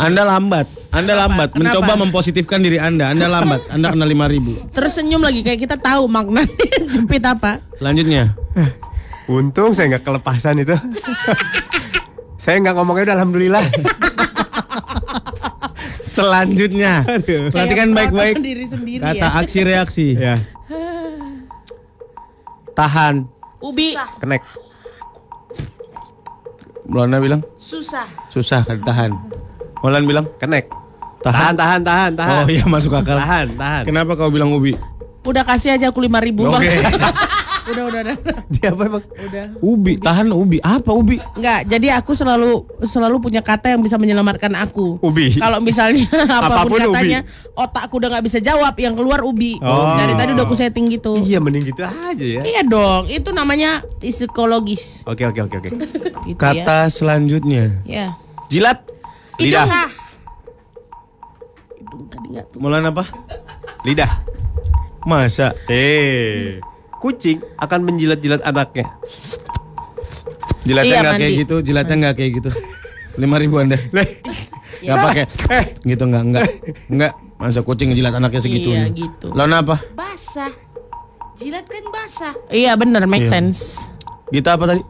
Speaker 2: Anda lambat. Anda lambat.
Speaker 3: Kenapa?
Speaker 2: Mencoba mempositifkan diri Anda. Anda lambat. Anda kena lima ribu.
Speaker 3: Terus senyum lagi kayak kita tahu makna jepit apa.
Speaker 2: Selanjutnya.
Speaker 4: Untung saya nggak kelepasan itu. saya nggak ngomongnya udah alhamdulillah.
Speaker 2: Selanjutnya. Perhatikan
Speaker 3: Kayak
Speaker 2: baik-baik.
Speaker 3: perlakuan diri sendiri
Speaker 2: Kata
Speaker 3: ya.
Speaker 2: aksi reaksi.
Speaker 4: ya,
Speaker 2: Tahan.
Speaker 3: Ubi.
Speaker 4: connect.
Speaker 2: Lona bilang
Speaker 6: Susah.
Speaker 2: susah kan tahan. Molan bilang
Speaker 4: Kenek.
Speaker 2: Tahan.
Speaker 4: Tahan, tahan, tahan, tahan.
Speaker 2: Oh iya masuk akal.
Speaker 4: Tahan, tahan.
Speaker 2: Kenapa kau bilang ubi?
Speaker 3: Udah kasih aja aku 5000 ribu
Speaker 2: Oke.
Speaker 3: udah, udah, udah.
Speaker 4: Dia apa emang?
Speaker 3: Udah.
Speaker 2: Ubi, tahan ubi. Apa ubi?
Speaker 3: Enggak, jadi aku selalu selalu punya kata yang bisa menyelamatkan aku.
Speaker 4: Ubi.
Speaker 3: Kalau misalnya apapun,
Speaker 4: Apapun ubi.
Speaker 3: katanya, otakku udah nggak bisa jawab, yang keluar ubi.
Speaker 4: Oh.
Speaker 3: Dari tadi udah aku setting gitu.
Speaker 4: Iya, mending gitu aja ya.
Speaker 3: Iya dong, itu namanya psikologis.
Speaker 4: Oke, oke, oke, oke.
Speaker 3: Gitu ya.
Speaker 2: Kata selanjutnya.
Speaker 3: Ya.
Speaker 2: Jilat.
Speaker 3: Hidung.
Speaker 2: Lidah. Mulan apa?
Speaker 4: Lidah.
Speaker 2: Masa?
Speaker 4: Eh. Kucing akan menjilat-jilat anaknya.
Speaker 2: Jilatnya
Speaker 3: Iya,
Speaker 2: nggak kayak
Speaker 3: mandi.
Speaker 2: gitu, jilatnya nggak kayak gitu. Lima ribu anda. Nggak
Speaker 3: iya.
Speaker 2: pakai. Gitu nggak nggak nggak. Masa kucing jilat anaknya segitu.
Speaker 3: Iya, gitu.
Speaker 2: Lona apa?
Speaker 6: Basah. Jilat kan basah.
Speaker 3: Iya bener, make
Speaker 2: Iya.
Speaker 3: sense.
Speaker 2: Gita apa tadi?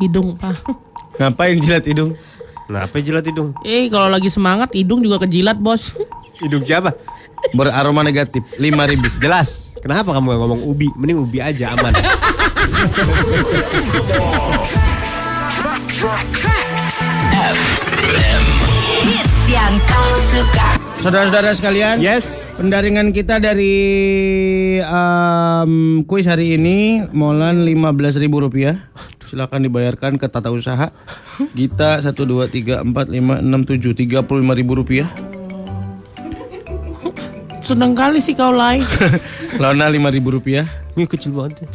Speaker 3: Hidung, Pak.
Speaker 2: Ngapain jilat hidung?
Speaker 4: Nah, apa jilat hidung?
Speaker 3: Eh, kalau lagi semangat hidung juga kejilat, Bos.
Speaker 4: Hidung siapa?
Speaker 2: Beraroma negatif. Lima ribu.
Speaker 4: Jelas. Kenapa kamu gak ngomong ubi? Mending ubi aja aman.
Speaker 7: Hits yang kau suka.
Speaker 2: Saudara-saudara sekalian.
Speaker 4: yes.
Speaker 2: Pendaringan kita dari em, kuis hari ini Molan 15.000 rupiah Silakan dibayarkan ke tata usaha Gita 1, 2, 3, 4, 5, 6, 7 35 ribu rupiah
Speaker 3: Seneng kali sih kau lai.
Speaker 2: Lona 5 ribu rupiah
Speaker 4: Ini kecil banget. ya.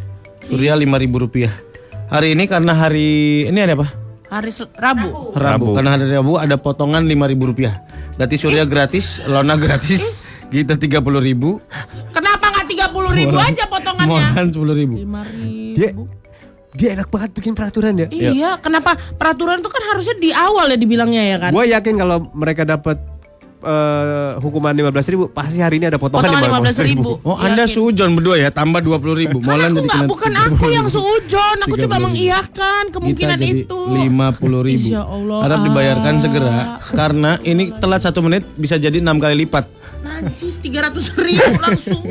Speaker 2: Surya 5 ribu rupiah Hari ini karena hari Ini ada apa?
Speaker 3: Hari Sel- Rabu.
Speaker 2: Rabu, Karena hari Rabu ada potongan 5 ribu rupiah Berarti Surya gratis Lona gratis Gita 30 ribu
Speaker 3: Kenapa nggak 30 ribu aja potongannya?
Speaker 2: Molan 10 ribu
Speaker 3: 5.000.
Speaker 4: Dia dia enak banget bikin peraturan ya.
Speaker 3: Iya, kenapa peraturan itu kan harusnya di awal ya dibilangnya ya kan?
Speaker 4: Gue yakin kalau mereka dapat eh, hukuman 15.000 ribu, pasti hari ini ada potongan,
Speaker 3: Potongan
Speaker 4: 15.000
Speaker 3: 15.000.
Speaker 2: Oh anda
Speaker 3: Yakin.
Speaker 2: sujon berdua ya Tambah 20 ribu
Speaker 3: Kan Iya,
Speaker 2: Molan
Speaker 3: aku
Speaker 2: jadi
Speaker 3: nggak,
Speaker 2: kena
Speaker 3: bukan aku yang
Speaker 2: 30.000.
Speaker 3: suujon, aku coba
Speaker 2: 30.000.
Speaker 3: mengiyakan kemungkinan
Speaker 2: kita jadi
Speaker 3: itu.
Speaker 2: lima puluh ribu.
Speaker 3: Insya Allah.
Speaker 2: Harap dibayarkan
Speaker 3: Ah.
Speaker 2: segera karena ini telat satu menit bisa jadi enam kali lipat.
Speaker 3: Najis 300 ribu langsung.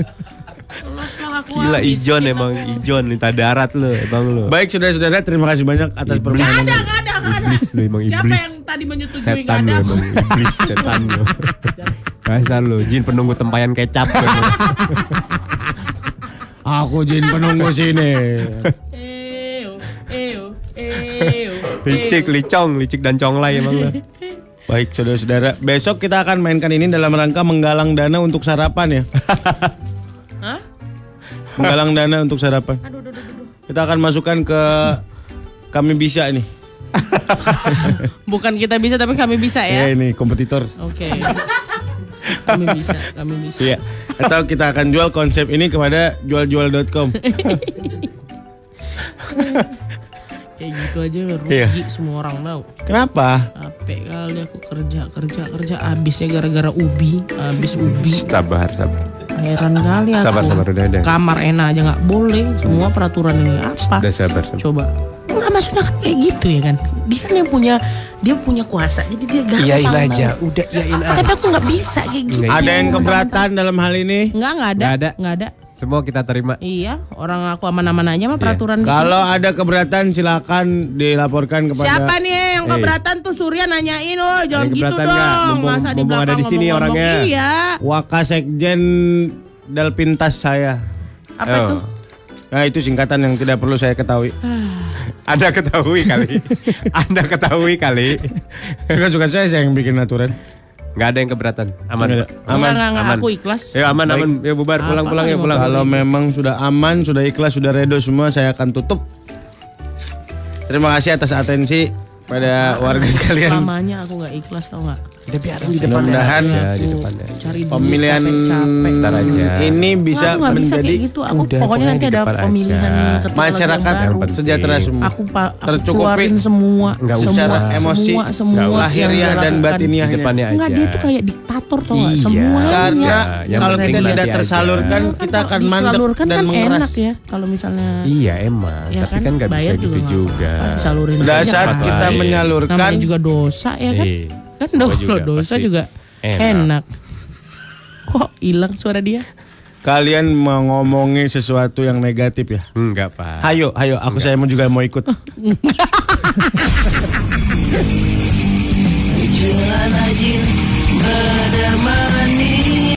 Speaker 3: Loloslah aku
Speaker 4: Gila
Speaker 3: habis.
Speaker 4: Ijon emang Ijon lintas darat lo emang lo.
Speaker 2: Baik saudara-saudara terima kasih banyak atas
Speaker 3: Nggak ada,
Speaker 2: permainan.
Speaker 3: nggak ada, nggak ada.
Speaker 4: Iblis lu emang
Speaker 3: Siapa
Speaker 4: iblis.
Speaker 3: yang tadi menyetujui nggak
Speaker 4: Setan
Speaker 3: ada?
Speaker 4: lo emang iblis setan lo. Dasar lo jin penunggu tempayan kecap lo. emang.
Speaker 2: Aku jin penunggu sini.
Speaker 3: Eo, eo, eo.
Speaker 4: Licik, licong, licik dan conglai emang lo.
Speaker 2: Baik saudara-saudara, besok kita akan mainkan ini dalam rangka menggalang dana untuk sarapan ya.
Speaker 3: Hah?
Speaker 2: Menggalang dana untuk sarapan.
Speaker 6: Aduh, aduh, aduh, aduh.
Speaker 2: Kita akan masukkan ke kami bisa nih.
Speaker 3: Bukan kita bisa tapi kami bisa
Speaker 2: Ya
Speaker 4: Iya.
Speaker 3: ya.
Speaker 2: ini kompetitor.
Speaker 3: Oke. Kami bisa, kami bisa.
Speaker 2: Iya. Atau kita akan jual konsep ini kepada jualjual.com.
Speaker 3: Kayak gitu aja rugi
Speaker 2: Iya.
Speaker 3: semua orang tahu.
Speaker 2: Kenapa?
Speaker 3: Capek kali aku kerja, kerja, kerja habisnya gara-gara ubi, habis ubi.
Speaker 4: Sabar, sabar.
Speaker 3: Heran kali aku.
Speaker 4: Sabar, sabar, udah, udah.
Speaker 3: Kamar enak aja nggak boleh. Semua peraturan ini apa?
Speaker 4: Udah sabar, sabar.
Speaker 3: Coba. Enggak maksudnya kan kayak gitu ya kan. Dia kan yang punya dia punya kuasa. Jadi dia gampang.
Speaker 1: Iyain
Speaker 3: tau.
Speaker 1: aja, udah iyain aja.
Speaker 3: Tapi aku nggak bisa kayak gitu.
Speaker 2: Ada yang keberatan dalam hal ini?
Speaker 3: Enggak, enggak ada.
Speaker 4: Nggak ada.
Speaker 3: Nggak ada.
Speaker 4: Semua kita terima.
Speaker 3: Iya, orang aku aman-aman aja mah peraturan di
Speaker 2: Kalau ada keberatan silakan dilaporkan
Speaker 3: sini. Siapa
Speaker 2: kepada
Speaker 3: nih yang keberatan tuh Surya nanyain oh jangan gitu
Speaker 4: Eh. keberatan
Speaker 3: dong.
Speaker 4: nggak? Mumpung-
Speaker 3: Masa di
Speaker 4: mumpung
Speaker 3: belakang
Speaker 4: ada di sini
Speaker 3: ngomong-ngomong.
Speaker 4: orangnya.
Speaker 3: Iya.
Speaker 2: Wakasekjen Dalpintas saya.
Speaker 3: Apa
Speaker 4: Oh.
Speaker 3: tuh?
Speaker 2: Nah, itu singkatan yang tidak perlu saya ketahui.
Speaker 4: Anda ketahui kali. Anda ketahui kali.
Speaker 2: Suka-suka Kan saya, saya yang bikin aturan.
Speaker 4: Nggak ada yang keberatan. Aman. Pak.
Speaker 3: Enggak, enggak, enggak, aku ikhlas. Ah.
Speaker 4: Ya aman, aman. Ya bubar, pulang, pulang ya, pulang.
Speaker 2: Kalau memang sudah aman, sudah ikhlas, sudah redo semua, saya akan tutup. Terima kasih atas atensi pada warga sekalian.
Speaker 3: Selamanya aku nggak ikhlas tau nggak?
Speaker 1: Udah biarin di depan.
Speaker 2: Mudah-mudahan
Speaker 4: Ya, di depan ya.
Speaker 3: Cari duit,
Speaker 2: pemilihan
Speaker 3: capek-capek.
Speaker 4: Ntar aja.
Speaker 2: ini
Speaker 3: Bisa
Speaker 2: bisa
Speaker 3: aku nggak bisa
Speaker 2: menjadi
Speaker 3: kayak gitu. Aku
Speaker 4: Udah,
Speaker 3: pokoknya nanti
Speaker 4: pokoknya di
Speaker 3: ada
Speaker 4: depan aja.
Speaker 3: pemilihan ketua lagi
Speaker 2: masyarakat
Speaker 3: yang baru.
Speaker 4: penting.
Speaker 2: sejahtera semua.
Speaker 3: Aku, pa- aku
Speaker 2: Tercukupi.
Speaker 3: keluarin semua,
Speaker 4: Nggak usah.
Speaker 3: semua,
Speaker 4: Secara
Speaker 2: emosi,
Speaker 3: semua, semua
Speaker 4: nggak usah. ya
Speaker 3: yang
Speaker 2: lahiriah dan
Speaker 3: dilakukan.
Speaker 2: batinnya.
Speaker 4: Di depannya aja.
Speaker 3: Enggak, dia tuh kayak diktator tau nggak?
Speaker 4: Iya.
Speaker 3: Semuanya.
Speaker 2: Karena
Speaker 4: Iya,
Speaker 2: ya.
Speaker 4: yang
Speaker 2: kalau
Speaker 4: penting
Speaker 2: kita
Speaker 4: nanti
Speaker 2: tidak
Speaker 4: aja.
Speaker 2: tersalurkan, Kan
Speaker 4: Nah.
Speaker 2: kita akan mandek
Speaker 3: Iya, kan disalurkan
Speaker 2: dan
Speaker 3: kan
Speaker 2: mengeras.
Speaker 3: enak ya kalau misalnya
Speaker 4: Iya emang,
Speaker 3: ya
Speaker 4: tapi kan nggak bisa
Speaker 3: bayar
Speaker 4: gitu
Speaker 3: nggak
Speaker 4: juga.
Speaker 3: apa-apa, disalurin
Speaker 2: Pada
Speaker 3: aja
Speaker 2: saat
Speaker 3: kan.
Speaker 2: kita
Speaker 4: Lain.
Speaker 2: menyalurkan,
Speaker 3: namanya juga dosa ya kan
Speaker 4: Iya.
Speaker 3: kan
Speaker 4: Semua
Speaker 3: dong kalau
Speaker 4: juga
Speaker 3: dosa
Speaker 4: pasti
Speaker 3: juga
Speaker 4: enak.
Speaker 3: enak, kok hilang suara dia
Speaker 2: kalian mengomongi sesuatu yang negatif ya.
Speaker 4: Enggak pak.
Speaker 2: Hayo, hayo, aku saya mau juga mau ikut.